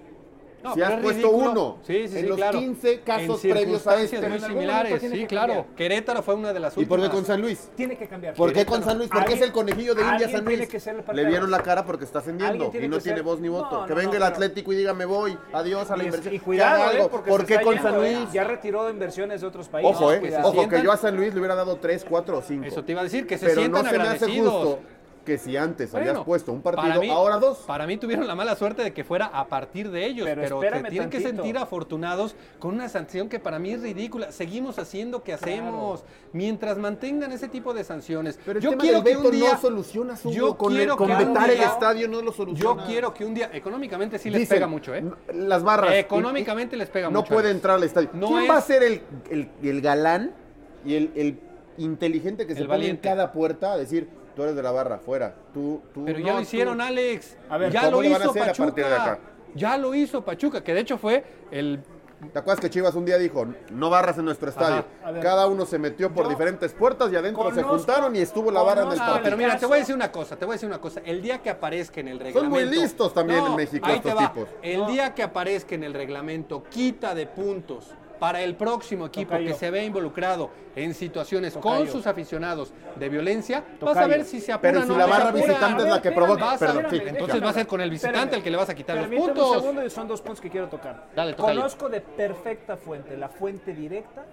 [SPEAKER 5] No,
[SPEAKER 4] si
[SPEAKER 5] pero
[SPEAKER 4] has
[SPEAKER 5] es
[SPEAKER 4] puesto
[SPEAKER 5] ridículo.
[SPEAKER 4] uno
[SPEAKER 5] Sí, sí,
[SPEAKER 4] en
[SPEAKER 5] sí,
[SPEAKER 4] los
[SPEAKER 5] claro.
[SPEAKER 4] 15 casos
[SPEAKER 5] En
[SPEAKER 4] previos a
[SPEAKER 5] circunstancias
[SPEAKER 4] este.
[SPEAKER 5] muy
[SPEAKER 4] ¿Y
[SPEAKER 5] similares,
[SPEAKER 6] tiene
[SPEAKER 5] sí,
[SPEAKER 6] que
[SPEAKER 5] claro.
[SPEAKER 6] cambiar.
[SPEAKER 5] Querétaro fue una de las
[SPEAKER 4] por
[SPEAKER 5] últimas.
[SPEAKER 4] qué con San Luis?
[SPEAKER 6] Tiene que cambiar.
[SPEAKER 4] ¿Por qué
[SPEAKER 6] Querétaro.
[SPEAKER 4] con San Luis? ¿Por qué es
[SPEAKER 6] Alguien-
[SPEAKER 4] el conejillo de India
[SPEAKER 6] alguien
[SPEAKER 4] San
[SPEAKER 6] tiene
[SPEAKER 4] Luis?
[SPEAKER 6] que ser el
[SPEAKER 4] Le
[SPEAKER 6] parteaguas.
[SPEAKER 4] vieron la cara porque está ascendiendo
[SPEAKER 6] Alguien
[SPEAKER 4] y
[SPEAKER 6] tiene
[SPEAKER 4] no
[SPEAKER 6] que
[SPEAKER 4] tiene
[SPEAKER 6] ser-
[SPEAKER 4] voz ni voto.
[SPEAKER 6] No, no,
[SPEAKER 4] que venga
[SPEAKER 6] no,
[SPEAKER 4] el
[SPEAKER 6] pero-
[SPEAKER 4] Atlético y diga me voy, adiós a la
[SPEAKER 6] Y, es-
[SPEAKER 4] inversión.
[SPEAKER 6] y
[SPEAKER 4] Que
[SPEAKER 6] cuidado,
[SPEAKER 4] haga
[SPEAKER 6] eh,
[SPEAKER 4] algo.
[SPEAKER 6] porque
[SPEAKER 4] ¿Por
[SPEAKER 6] se
[SPEAKER 4] qué
[SPEAKER 6] está
[SPEAKER 4] con
[SPEAKER 6] yendo,
[SPEAKER 4] San
[SPEAKER 6] eh.
[SPEAKER 4] Luis?
[SPEAKER 6] Ya retiró de inversiones de otros países.
[SPEAKER 4] Ojo, eh,
[SPEAKER 5] que se
[SPEAKER 4] ojo,
[SPEAKER 5] sientan.
[SPEAKER 4] que yo a San Luis le hubiera dado 3, 4 o 5.
[SPEAKER 5] Eso te iba a decir, que se
[SPEAKER 4] Pero
[SPEAKER 5] sientan
[SPEAKER 4] no se me hace
[SPEAKER 5] agradecidos.
[SPEAKER 4] justo que si antes habías
[SPEAKER 5] Bueno,
[SPEAKER 4] puesto un
[SPEAKER 5] para
[SPEAKER 4] partido,
[SPEAKER 5] mí-
[SPEAKER 4] ahora dos.
[SPEAKER 5] Para mí tuvieron la mala suerte de que fuera a partir de ellos,
[SPEAKER 6] Pero
[SPEAKER 5] pero,
[SPEAKER 6] espérame
[SPEAKER 5] se tienen que
[SPEAKER 6] tantito.
[SPEAKER 5] sentir afortunados con una sanción que para mí es ridícula. Seguimos haciendo que hacemos mientras mantengan ese tipo de sanciones.
[SPEAKER 4] Pero el
[SPEAKER 5] yo
[SPEAKER 4] tema
[SPEAKER 5] quiero
[SPEAKER 4] del
[SPEAKER 5] que
[SPEAKER 4] veto
[SPEAKER 5] un día
[SPEAKER 4] no solucionas Hugo,
[SPEAKER 5] yo
[SPEAKER 4] con, el-
[SPEAKER 5] quiero
[SPEAKER 4] con
[SPEAKER 5] que un
[SPEAKER 4] vetar el
[SPEAKER 5] día-
[SPEAKER 4] estadio no lo
[SPEAKER 5] Yo
[SPEAKER 4] solucionas.
[SPEAKER 5] quiero que un día económicamente sí les
[SPEAKER 4] Dicen,
[SPEAKER 5] pega mucho, ¿eh?
[SPEAKER 4] "No, Las barras.
[SPEAKER 5] Económicamente les pega
[SPEAKER 4] no
[SPEAKER 5] mucho.
[SPEAKER 4] puede entrar al estadio.
[SPEAKER 5] No
[SPEAKER 4] ¿Quién
[SPEAKER 5] es-
[SPEAKER 4] va a ser el, el- el galán y el, el inteligente que se
[SPEAKER 5] El
[SPEAKER 4] pone en
[SPEAKER 5] valiente.
[SPEAKER 4] cada puerta a decir, tú eres de la barra, fuera, tú, tú
[SPEAKER 5] Pero
[SPEAKER 4] no,
[SPEAKER 5] ya lo
[SPEAKER 4] tú"?
[SPEAKER 5] hicieron, Alex.
[SPEAKER 4] A ver,
[SPEAKER 5] ya
[SPEAKER 4] ¿cómo
[SPEAKER 5] lo
[SPEAKER 4] le van a
[SPEAKER 5] hizo
[SPEAKER 4] hacer a partir de acá?
[SPEAKER 5] Pachuca. Ya lo hizo Pachuca, que de hecho fue el
[SPEAKER 4] ¿Te acuerdas que Chivas un día dijo, no barras en nuestro estadio?
[SPEAKER 6] A ver.
[SPEAKER 4] Cada uno se metió por diferentes puertas y adentro se
[SPEAKER 6] conozco-
[SPEAKER 4] juntaron y estuvo la barra en el
[SPEAKER 6] conozco-
[SPEAKER 5] Ah,
[SPEAKER 4] patio.
[SPEAKER 5] pero mira, te voy a decir una cosa, te voy a decir una cosa. El día que aparezca en el reglamento.
[SPEAKER 4] muy listos también en México
[SPEAKER 5] ahí
[SPEAKER 4] estos
[SPEAKER 5] te va.
[SPEAKER 4] tipos.
[SPEAKER 5] El día que aparezca en el reglamento, quita de puntos para el próximo equipo
[SPEAKER 6] Tocayo.
[SPEAKER 5] que se vea involucrado en situaciones con
[SPEAKER 6] Tocayo.
[SPEAKER 5] sus aficionados de violencia, vas a
[SPEAKER 6] Tocayo.
[SPEAKER 5] ver si se apura
[SPEAKER 4] Pero
[SPEAKER 5] o
[SPEAKER 4] si
[SPEAKER 5] no.
[SPEAKER 4] la
[SPEAKER 5] se
[SPEAKER 4] barra
[SPEAKER 5] apura.
[SPEAKER 4] visitante es la que provoca-
[SPEAKER 5] Vas a
[SPEAKER 4] Perdón,
[SPEAKER 5] ver,
[SPEAKER 4] sí,
[SPEAKER 5] entonces
[SPEAKER 4] claro.
[SPEAKER 5] va a ser con el visitante
[SPEAKER 6] Espérame.
[SPEAKER 5] el que le vas a quitar
[SPEAKER 6] Permíteme
[SPEAKER 5] los
[SPEAKER 6] un
[SPEAKER 5] puntos.
[SPEAKER 6] segundo y son dos puntos que quiero tocar.
[SPEAKER 5] Dale, tocayo.
[SPEAKER 6] Conozco de perfecta fuente, la fuente directa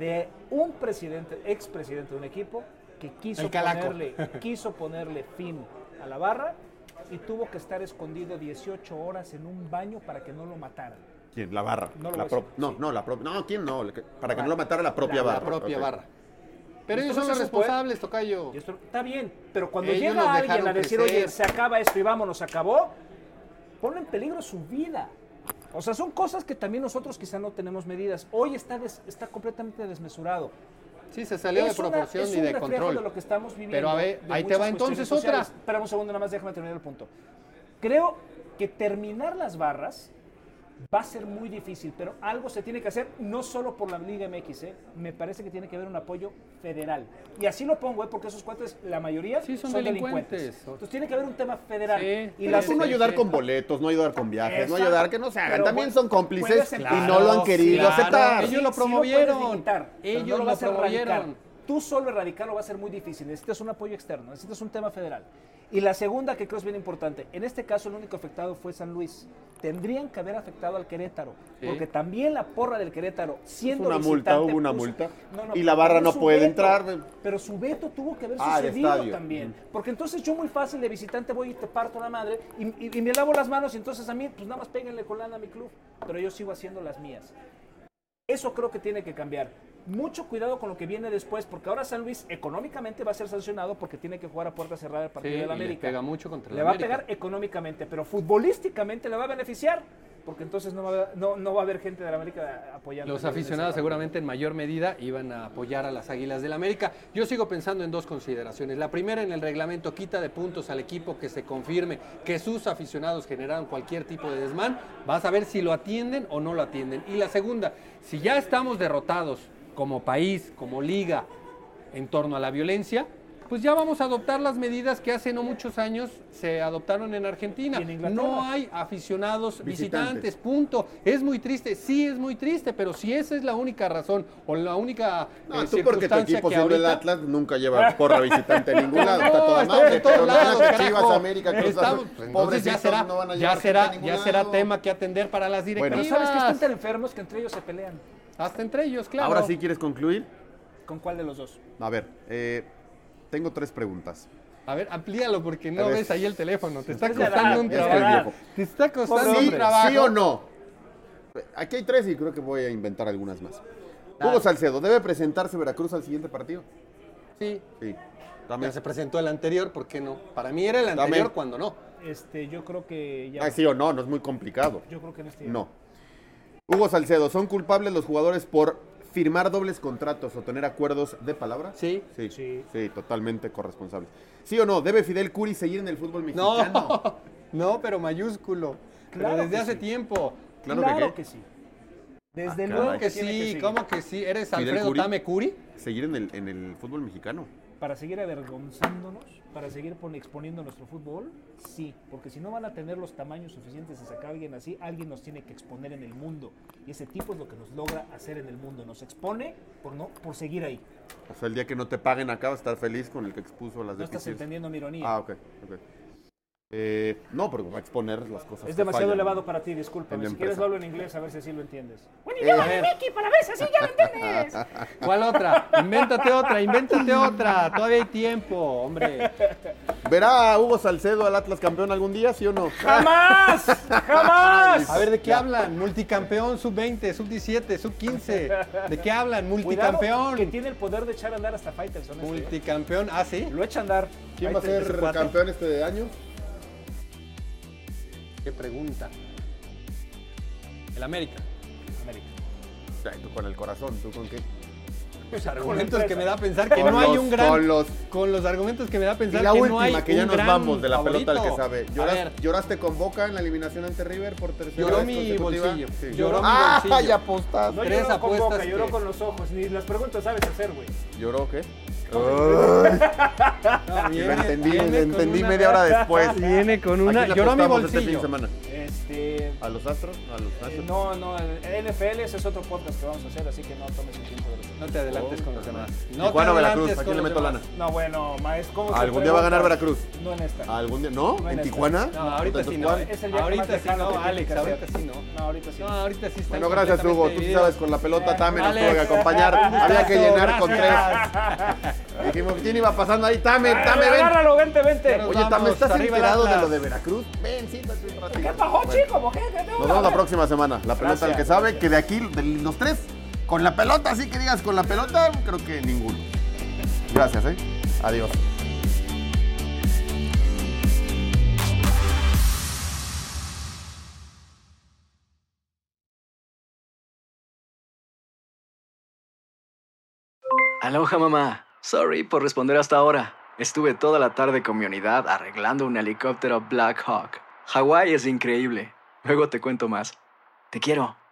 [SPEAKER 6] de un presidente, expresidente de un equipo que quiso
[SPEAKER 5] El calaco.
[SPEAKER 6] ponerle, quiso ponerle fin a la barra y tuvo que estar escondido 18 horas en un baño para que no lo mataran.
[SPEAKER 4] ¿Quién? La barra.
[SPEAKER 6] No lo voy
[SPEAKER 4] La
[SPEAKER 6] a
[SPEAKER 4] pro-
[SPEAKER 6] decir,
[SPEAKER 4] No,
[SPEAKER 6] sí.
[SPEAKER 4] no, la propia. No, ¿quién no? Para que no lo matara la propia
[SPEAKER 6] La- la
[SPEAKER 4] barra.
[SPEAKER 5] La propia
[SPEAKER 4] Ok.
[SPEAKER 5] barra. Pero ellos
[SPEAKER 6] Entonces
[SPEAKER 5] son los
[SPEAKER 6] eso fue-
[SPEAKER 5] responsables, Tocayo.
[SPEAKER 6] Y esto- está bien, pero cuando
[SPEAKER 5] Ellos nos
[SPEAKER 6] llega alguien a
[SPEAKER 5] dejaron
[SPEAKER 6] decir,
[SPEAKER 5] crecer.
[SPEAKER 6] oye, se acaba esto y vámonos, se acabó, pone en peligro su vida. O sea, son cosas que también nosotros quizá no tenemos medidas. Hoy está, des- está completamente desmesurado.
[SPEAKER 5] Sí, se salió de
[SPEAKER 6] Es una-
[SPEAKER 5] proporción
[SPEAKER 6] es
[SPEAKER 5] y
[SPEAKER 6] un
[SPEAKER 5] de
[SPEAKER 6] reflejo
[SPEAKER 5] control.
[SPEAKER 6] de lo que estamos viviendo.
[SPEAKER 5] Pero a ver,
[SPEAKER 6] de
[SPEAKER 5] ahí te
[SPEAKER 6] muchas
[SPEAKER 5] va entonces
[SPEAKER 6] cuestiones sociales.
[SPEAKER 5] otra.
[SPEAKER 6] Espera un segundo, nada más déjame terminar el punto. Creo que terminar las barras va a ser muy difícil, pero algo se tiene que hacer, no solo por la Liga MX, ¿eh? me parece que tiene que haber un apoyo federal. Y así lo pongo, ¿eh? porque esos cuates, la mayoría
[SPEAKER 5] Sí, son
[SPEAKER 6] son,
[SPEAKER 5] delincuentes.
[SPEAKER 6] delincuentes. Entonces tiene que haber un tema federal.
[SPEAKER 5] Sí,
[SPEAKER 6] y
[SPEAKER 5] sí,
[SPEAKER 4] Pero
[SPEAKER 6] la
[SPEAKER 5] sí,
[SPEAKER 4] tú no
[SPEAKER 5] sí,
[SPEAKER 4] ayudar
[SPEAKER 5] sí.
[SPEAKER 4] con boletos, no ayudar con viajes, Pues, no
[SPEAKER 6] Exacto.
[SPEAKER 4] ayudar que no se hagan.
[SPEAKER 6] Pero
[SPEAKER 4] También
[SPEAKER 6] bueno,
[SPEAKER 4] son
[SPEAKER 6] puedes
[SPEAKER 4] cómplices
[SPEAKER 6] empezar.
[SPEAKER 4] y no lo han
[SPEAKER 5] Claro,
[SPEAKER 4] querido
[SPEAKER 5] claro.
[SPEAKER 4] aceptar.
[SPEAKER 5] Ellos lo
[SPEAKER 6] Sí lo
[SPEAKER 5] promovieron.
[SPEAKER 6] puedes evitar, pero
[SPEAKER 5] Ellos
[SPEAKER 6] no
[SPEAKER 5] lo
[SPEAKER 6] vas a
[SPEAKER 5] promovieron.
[SPEAKER 6] erradicar. Tú solo erradicarlo va a ser muy difícil. Necesitas un apoyo externo, necesitas un tema federal. Y la segunda que creo es bien importante, en este caso el único afectado fue San Luis. Tendrían que haber afectado al Querétaro,
[SPEAKER 5] Sí.
[SPEAKER 6] porque también la porra del Querétaro, siendo
[SPEAKER 4] Pues una multa,
[SPEAKER 6] visitante,
[SPEAKER 4] hubo una
[SPEAKER 6] puso-
[SPEAKER 4] multa, y la barra
[SPEAKER 6] pero
[SPEAKER 4] no
[SPEAKER 6] su
[SPEAKER 4] puede
[SPEAKER 6] veto,
[SPEAKER 4] entrar.
[SPEAKER 6] Pero su veto tuvo que haber
[SPEAKER 4] Ah, de
[SPEAKER 6] sucedido
[SPEAKER 4] estadio.
[SPEAKER 6] también.
[SPEAKER 4] Ujú.
[SPEAKER 6] Porque entonces yo muy fácil de visitante voy y te parto la madre y, y- y me lavo las manos y entonces a mí, pues nada más péguenle con lana a mi club, pero yo sigo haciendo las mías. Eso creo que tiene que cambiar. Mucho cuidado con lo que viene después, porque ahora San Luis económicamente va a ser sancionado porque tiene que jugar a puerta cerrada el partido
[SPEAKER 5] Sí,
[SPEAKER 6] de la
[SPEAKER 5] y le
[SPEAKER 6] América.
[SPEAKER 5] pega mucho contra
[SPEAKER 6] Le
[SPEAKER 5] la
[SPEAKER 6] va
[SPEAKER 5] América.
[SPEAKER 6] a pegar económicamente, pero futbolísticamente le va a beneficiar, porque entonces no va a haber, no, no va a haber gente de la América apoyando.
[SPEAKER 5] Los aficionados seguramente en mayor medida iban a apoyar a las Águilas del América. Yo sigo pensando en dos consideraciones. La primera en el reglamento quita de puntos al equipo que se confirme que sus aficionados generaron cualquier tipo de desmán. Vas a ver si lo atienden o no lo atienden. Y la segunda, si ya estamos derrotados como país, como liga, en torno a la violencia, pues ya vamos a adoptar las medidas que hace no muchos años se adoptaron en Argentina.
[SPEAKER 6] Y en Inglaterra.
[SPEAKER 5] no hay aficionados
[SPEAKER 4] Visitantes.
[SPEAKER 5] visitantes, punto. Es muy triste, sí es muy triste, pero si esa es la única razón o la única
[SPEAKER 4] No, tú
[SPEAKER 5] eh,
[SPEAKER 4] porque tu
[SPEAKER 5] circunstancia
[SPEAKER 4] equipo
[SPEAKER 5] que
[SPEAKER 4] siendo el
[SPEAKER 5] ahorita-
[SPEAKER 4] Atlas nunca lleva porra visitante a ningún lado.
[SPEAKER 5] No,
[SPEAKER 4] está toda
[SPEAKER 5] está
[SPEAKER 4] madre,
[SPEAKER 5] en todos
[SPEAKER 4] pero nada
[SPEAKER 5] lados,
[SPEAKER 4] que
[SPEAKER 5] carajo.
[SPEAKER 4] Chivas, América, Cruz Azul,
[SPEAKER 5] Estamos-
[SPEAKER 4] pues,
[SPEAKER 5] entonces ya
[SPEAKER 4] pobrecitos,
[SPEAKER 5] será,
[SPEAKER 4] no van a
[SPEAKER 5] ya
[SPEAKER 4] llevar
[SPEAKER 5] será,
[SPEAKER 4] gente a ningún
[SPEAKER 5] ya será
[SPEAKER 4] lado.
[SPEAKER 5] tema que atender para las
[SPEAKER 4] Bueno.
[SPEAKER 5] directivas.
[SPEAKER 6] Pero sabes que están tan enfermos que entre ellos se pelean.
[SPEAKER 5] Hasta entre ellos, claro.
[SPEAKER 4] Ahora sí quieres concluir.
[SPEAKER 6] ¿Con cuál de los dos?
[SPEAKER 4] A ver, eh, tengo tres preguntas.
[SPEAKER 5] A ver, amplíalo porque no
[SPEAKER 4] A ver.
[SPEAKER 5] ves ahí el teléfono. Te está
[SPEAKER 6] Es de edad,
[SPEAKER 5] costando un
[SPEAKER 4] es que es
[SPEAKER 5] trabajo.
[SPEAKER 4] viejo.
[SPEAKER 5] Te está costando
[SPEAKER 4] sí,
[SPEAKER 5] un trabajo.
[SPEAKER 4] sí o no. Aquí hay tres y creo que voy a inventar algunas más. Hugo Salcedo, ¿debe presentarse Veracruz al siguiente partido?
[SPEAKER 5] Sí.
[SPEAKER 4] Sí.
[SPEAKER 5] Ya se presentó el anterior, ¿por qué no? Para mí era el anterior
[SPEAKER 4] También.
[SPEAKER 5] cuando no.
[SPEAKER 6] Este, yo creo que ya.
[SPEAKER 4] Ah, sí o no, no es muy complicado.
[SPEAKER 6] Yo creo que en este ya
[SPEAKER 4] No. Hugo Salcedo, ¿son culpables los jugadores por firmar dobles contratos o tener acuerdos de palabra?
[SPEAKER 5] Sí.
[SPEAKER 4] Sí, sí, totalmente corresponsables. ¿Sí o no? ¿Debe Fidel Curi seguir en el fútbol
[SPEAKER 5] No,
[SPEAKER 4] mexicano?
[SPEAKER 5] no, pero mayúsculo.
[SPEAKER 6] Claro
[SPEAKER 5] pero desde
[SPEAKER 6] que
[SPEAKER 5] hace
[SPEAKER 6] sí.
[SPEAKER 5] tiempo.
[SPEAKER 4] Claro que qué.
[SPEAKER 6] sí. Desde
[SPEAKER 4] Ah,
[SPEAKER 6] luego
[SPEAKER 4] caray.
[SPEAKER 6] que
[SPEAKER 5] Que
[SPEAKER 6] tiene
[SPEAKER 5] sí,
[SPEAKER 6] que
[SPEAKER 5] ¿cómo que sí? ¿Eres
[SPEAKER 4] Fidel
[SPEAKER 5] Alfredo
[SPEAKER 4] Curi.
[SPEAKER 5] Tame Curi?
[SPEAKER 4] Seguir en el, en el fútbol mexicano.
[SPEAKER 6] Para seguir avergonzándonos, para seguir pon- exponiendo nuestro fútbol, sí. Porque si no van a tener los tamaños suficientes de sacar a alguien así, alguien nos tiene que exponer en el mundo. Y ese tipo es lo que nos logra hacer en el mundo. Nos expone por, no, por seguir ahí.
[SPEAKER 4] O sea, el día que no te paguen acá vas a estar feliz con el que expuso las
[SPEAKER 6] No estás
[SPEAKER 4] deficiencias.
[SPEAKER 6] entendiendo mi ironía.
[SPEAKER 4] Ah, ok, ok. Eh, no, pero va a exponer las cosas.
[SPEAKER 6] es
[SPEAKER 4] que
[SPEAKER 6] demasiado
[SPEAKER 4] fallan.
[SPEAKER 6] elevado para ti,
[SPEAKER 4] en la
[SPEAKER 6] discúlpame. Si quieres
[SPEAKER 4] empresa.
[SPEAKER 6] lo hablo en inglés, a ver si así lo entiendes.
[SPEAKER 5] Eh, a ver,
[SPEAKER 6] para ver si así ya lo entiendes.
[SPEAKER 5] ¿Cuál otra? Invéntate otra, invéntate otra. Todavía hay tiempo, hombre.
[SPEAKER 4] ¿Verá a Hugo Salcedo al Atlas campeón algún día, sí o no?
[SPEAKER 6] ¡Jamás! ¡Jamás!
[SPEAKER 5] A ver, ¿de qué hablan? Multicampeón, sub-20, sub-17, sub-15. ¿De qué hablan?
[SPEAKER 6] Cuidado, que
[SPEAKER 5] Multicampeón.
[SPEAKER 6] tiene el poder de echar a andar hasta Faitelson. este, ¿eh?
[SPEAKER 5] Multicampeón, ah, sí.
[SPEAKER 6] Lo echa a andar. Ahí te- ese cuate.
[SPEAKER 4] este año?
[SPEAKER 5] Qué pregunta. El América.
[SPEAKER 6] América.
[SPEAKER 4] Ay, tú con el corazón, ¿tú con qué?
[SPEAKER 5] Los
[SPEAKER 6] Con
[SPEAKER 5] argumentos
[SPEAKER 6] la
[SPEAKER 5] que me
[SPEAKER 6] empresa.
[SPEAKER 5] da a pensar que
[SPEAKER 4] Con
[SPEAKER 5] no hay
[SPEAKER 4] los-
[SPEAKER 5] un gran.
[SPEAKER 4] con
[SPEAKER 5] Con
[SPEAKER 4] los-
[SPEAKER 5] los, argumentos que me da a
[SPEAKER 4] Y
[SPEAKER 5] pensar
[SPEAKER 4] la
[SPEAKER 5] que no
[SPEAKER 4] última,
[SPEAKER 5] hay.
[SPEAKER 4] que ya
[SPEAKER 5] un
[SPEAKER 4] nos
[SPEAKER 5] gran
[SPEAKER 4] vamos de la
[SPEAKER 5] favorito.
[SPEAKER 4] pelota al que sabe.
[SPEAKER 5] A
[SPEAKER 4] Lloras-
[SPEAKER 5] ver,
[SPEAKER 4] ¿Lloraste con Boca en la eliminación ante River por tercera
[SPEAKER 5] Lloró
[SPEAKER 4] vez
[SPEAKER 5] mi
[SPEAKER 4] consecutiva?
[SPEAKER 5] bolsillo,
[SPEAKER 4] Sí.
[SPEAKER 5] lloró mi
[SPEAKER 4] ¡Ah,
[SPEAKER 5] bolsillo.
[SPEAKER 4] ya apostas!
[SPEAKER 6] No
[SPEAKER 5] Tres
[SPEAKER 6] lloró con
[SPEAKER 5] apuestas
[SPEAKER 6] boca, lloró
[SPEAKER 5] que-
[SPEAKER 6] con los ojos. Ni las preguntas sabes hacer, güey.
[SPEAKER 4] ¿Lloró qué?
[SPEAKER 5] no,
[SPEAKER 4] Lo
[SPEAKER 5] Ah, viene-
[SPEAKER 4] entendí,
[SPEAKER 5] viene
[SPEAKER 4] lo
[SPEAKER 5] con
[SPEAKER 4] entendí
[SPEAKER 5] una-
[SPEAKER 4] media hora después.
[SPEAKER 5] Viene con una.
[SPEAKER 4] ¿A quién le
[SPEAKER 5] Lloró mi
[SPEAKER 4] apostamos este fin de
[SPEAKER 5] bolsillo.
[SPEAKER 4] semana?
[SPEAKER 6] Este.
[SPEAKER 4] ¿A los Astros? ¿A los
[SPEAKER 6] eh,
[SPEAKER 4] Astros?
[SPEAKER 6] no, no, el NFL ese es otro podcast que vamos a hacer, así que no tomes el tiempo de los
[SPEAKER 5] No te adelantes con los demás. No te
[SPEAKER 4] Tijuana, Veracruz,
[SPEAKER 5] adelantes
[SPEAKER 4] ¿a
[SPEAKER 5] con
[SPEAKER 4] quién le
[SPEAKER 5] los
[SPEAKER 4] meto
[SPEAKER 5] demás.
[SPEAKER 4] lana?
[SPEAKER 6] No, bueno, maes, ¿cómo se
[SPEAKER 4] ¿Algún día va a ganar
[SPEAKER 6] pregunta?
[SPEAKER 4] Veracruz?
[SPEAKER 6] No en esta.
[SPEAKER 4] ¿Algún día? ¿No?
[SPEAKER 6] No, en
[SPEAKER 4] ¿En
[SPEAKER 6] esta.
[SPEAKER 4] Tijuana?
[SPEAKER 5] No, ahorita
[SPEAKER 4] Entonces,
[SPEAKER 5] sí no.
[SPEAKER 4] ¿cuál?
[SPEAKER 6] Es el día que
[SPEAKER 5] Ahorita
[SPEAKER 6] más
[SPEAKER 5] sí no,
[SPEAKER 6] lejano que tiene
[SPEAKER 5] Alex,
[SPEAKER 6] que
[SPEAKER 5] ahorita
[SPEAKER 6] hacer.
[SPEAKER 5] sí no.
[SPEAKER 6] No, ahorita sí.
[SPEAKER 5] No, ahorita sí está.
[SPEAKER 4] Bueno, gracias Hugo, tú sí sabes con la pelota Tame nos
[SPEAKER 5] Alex.
[SPEAKER 4] puede acompañar. Había que llenar con tres.
[SPEAKER 5] tres.
[SPEAKER 4] Dijimos, ¿quién iba pasando ahí? Tame, Tame, ven.
[SPEAKER 6] Agárralo, vente, vente.
[SPEAKER 5] Pero-
[SPEAKER 4] Oye, Tame,
[SPEAKER 5] Vamos,
[SPEAKER 4] ¿estás
[SPEAKER 5] arriba el
[SPEAKER 4] enterado de
[SPEAKER 5] Atlas.
[SPEAKER 4] lo de Veracruz? Ven, siéntate un ratito.
[SPEAKER 6] ¿Qué pasó,
[SPEAKER 4] Bueno,
[SPEAKER 6] chico? ¿Por qué? ¿Qué te-
[SPEAKER 4] Nos vemos la próxima semana. La pelota
[SPEAKER 6] Gracias,
[SPEAKER 4] al que sabe, que de aquí, de los tres, con la pelota, así que digas con la pelota, creo que ninguno. Gracias, ¿eh? Adiós.
[SPEAKER 7] Aloha mamá. Sorry por responder hasta ahora. Estuve toda la tarde con mi unidad arreglando un helicóptero Black Hawk. Hawái es increíble. Luego te cuento más. Te quiero.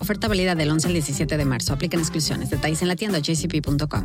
[SPEAKER 8] Oferta válida del 11 al 17 de marzo. Aplican exclusiones. Detalles en la tienda jcp.com.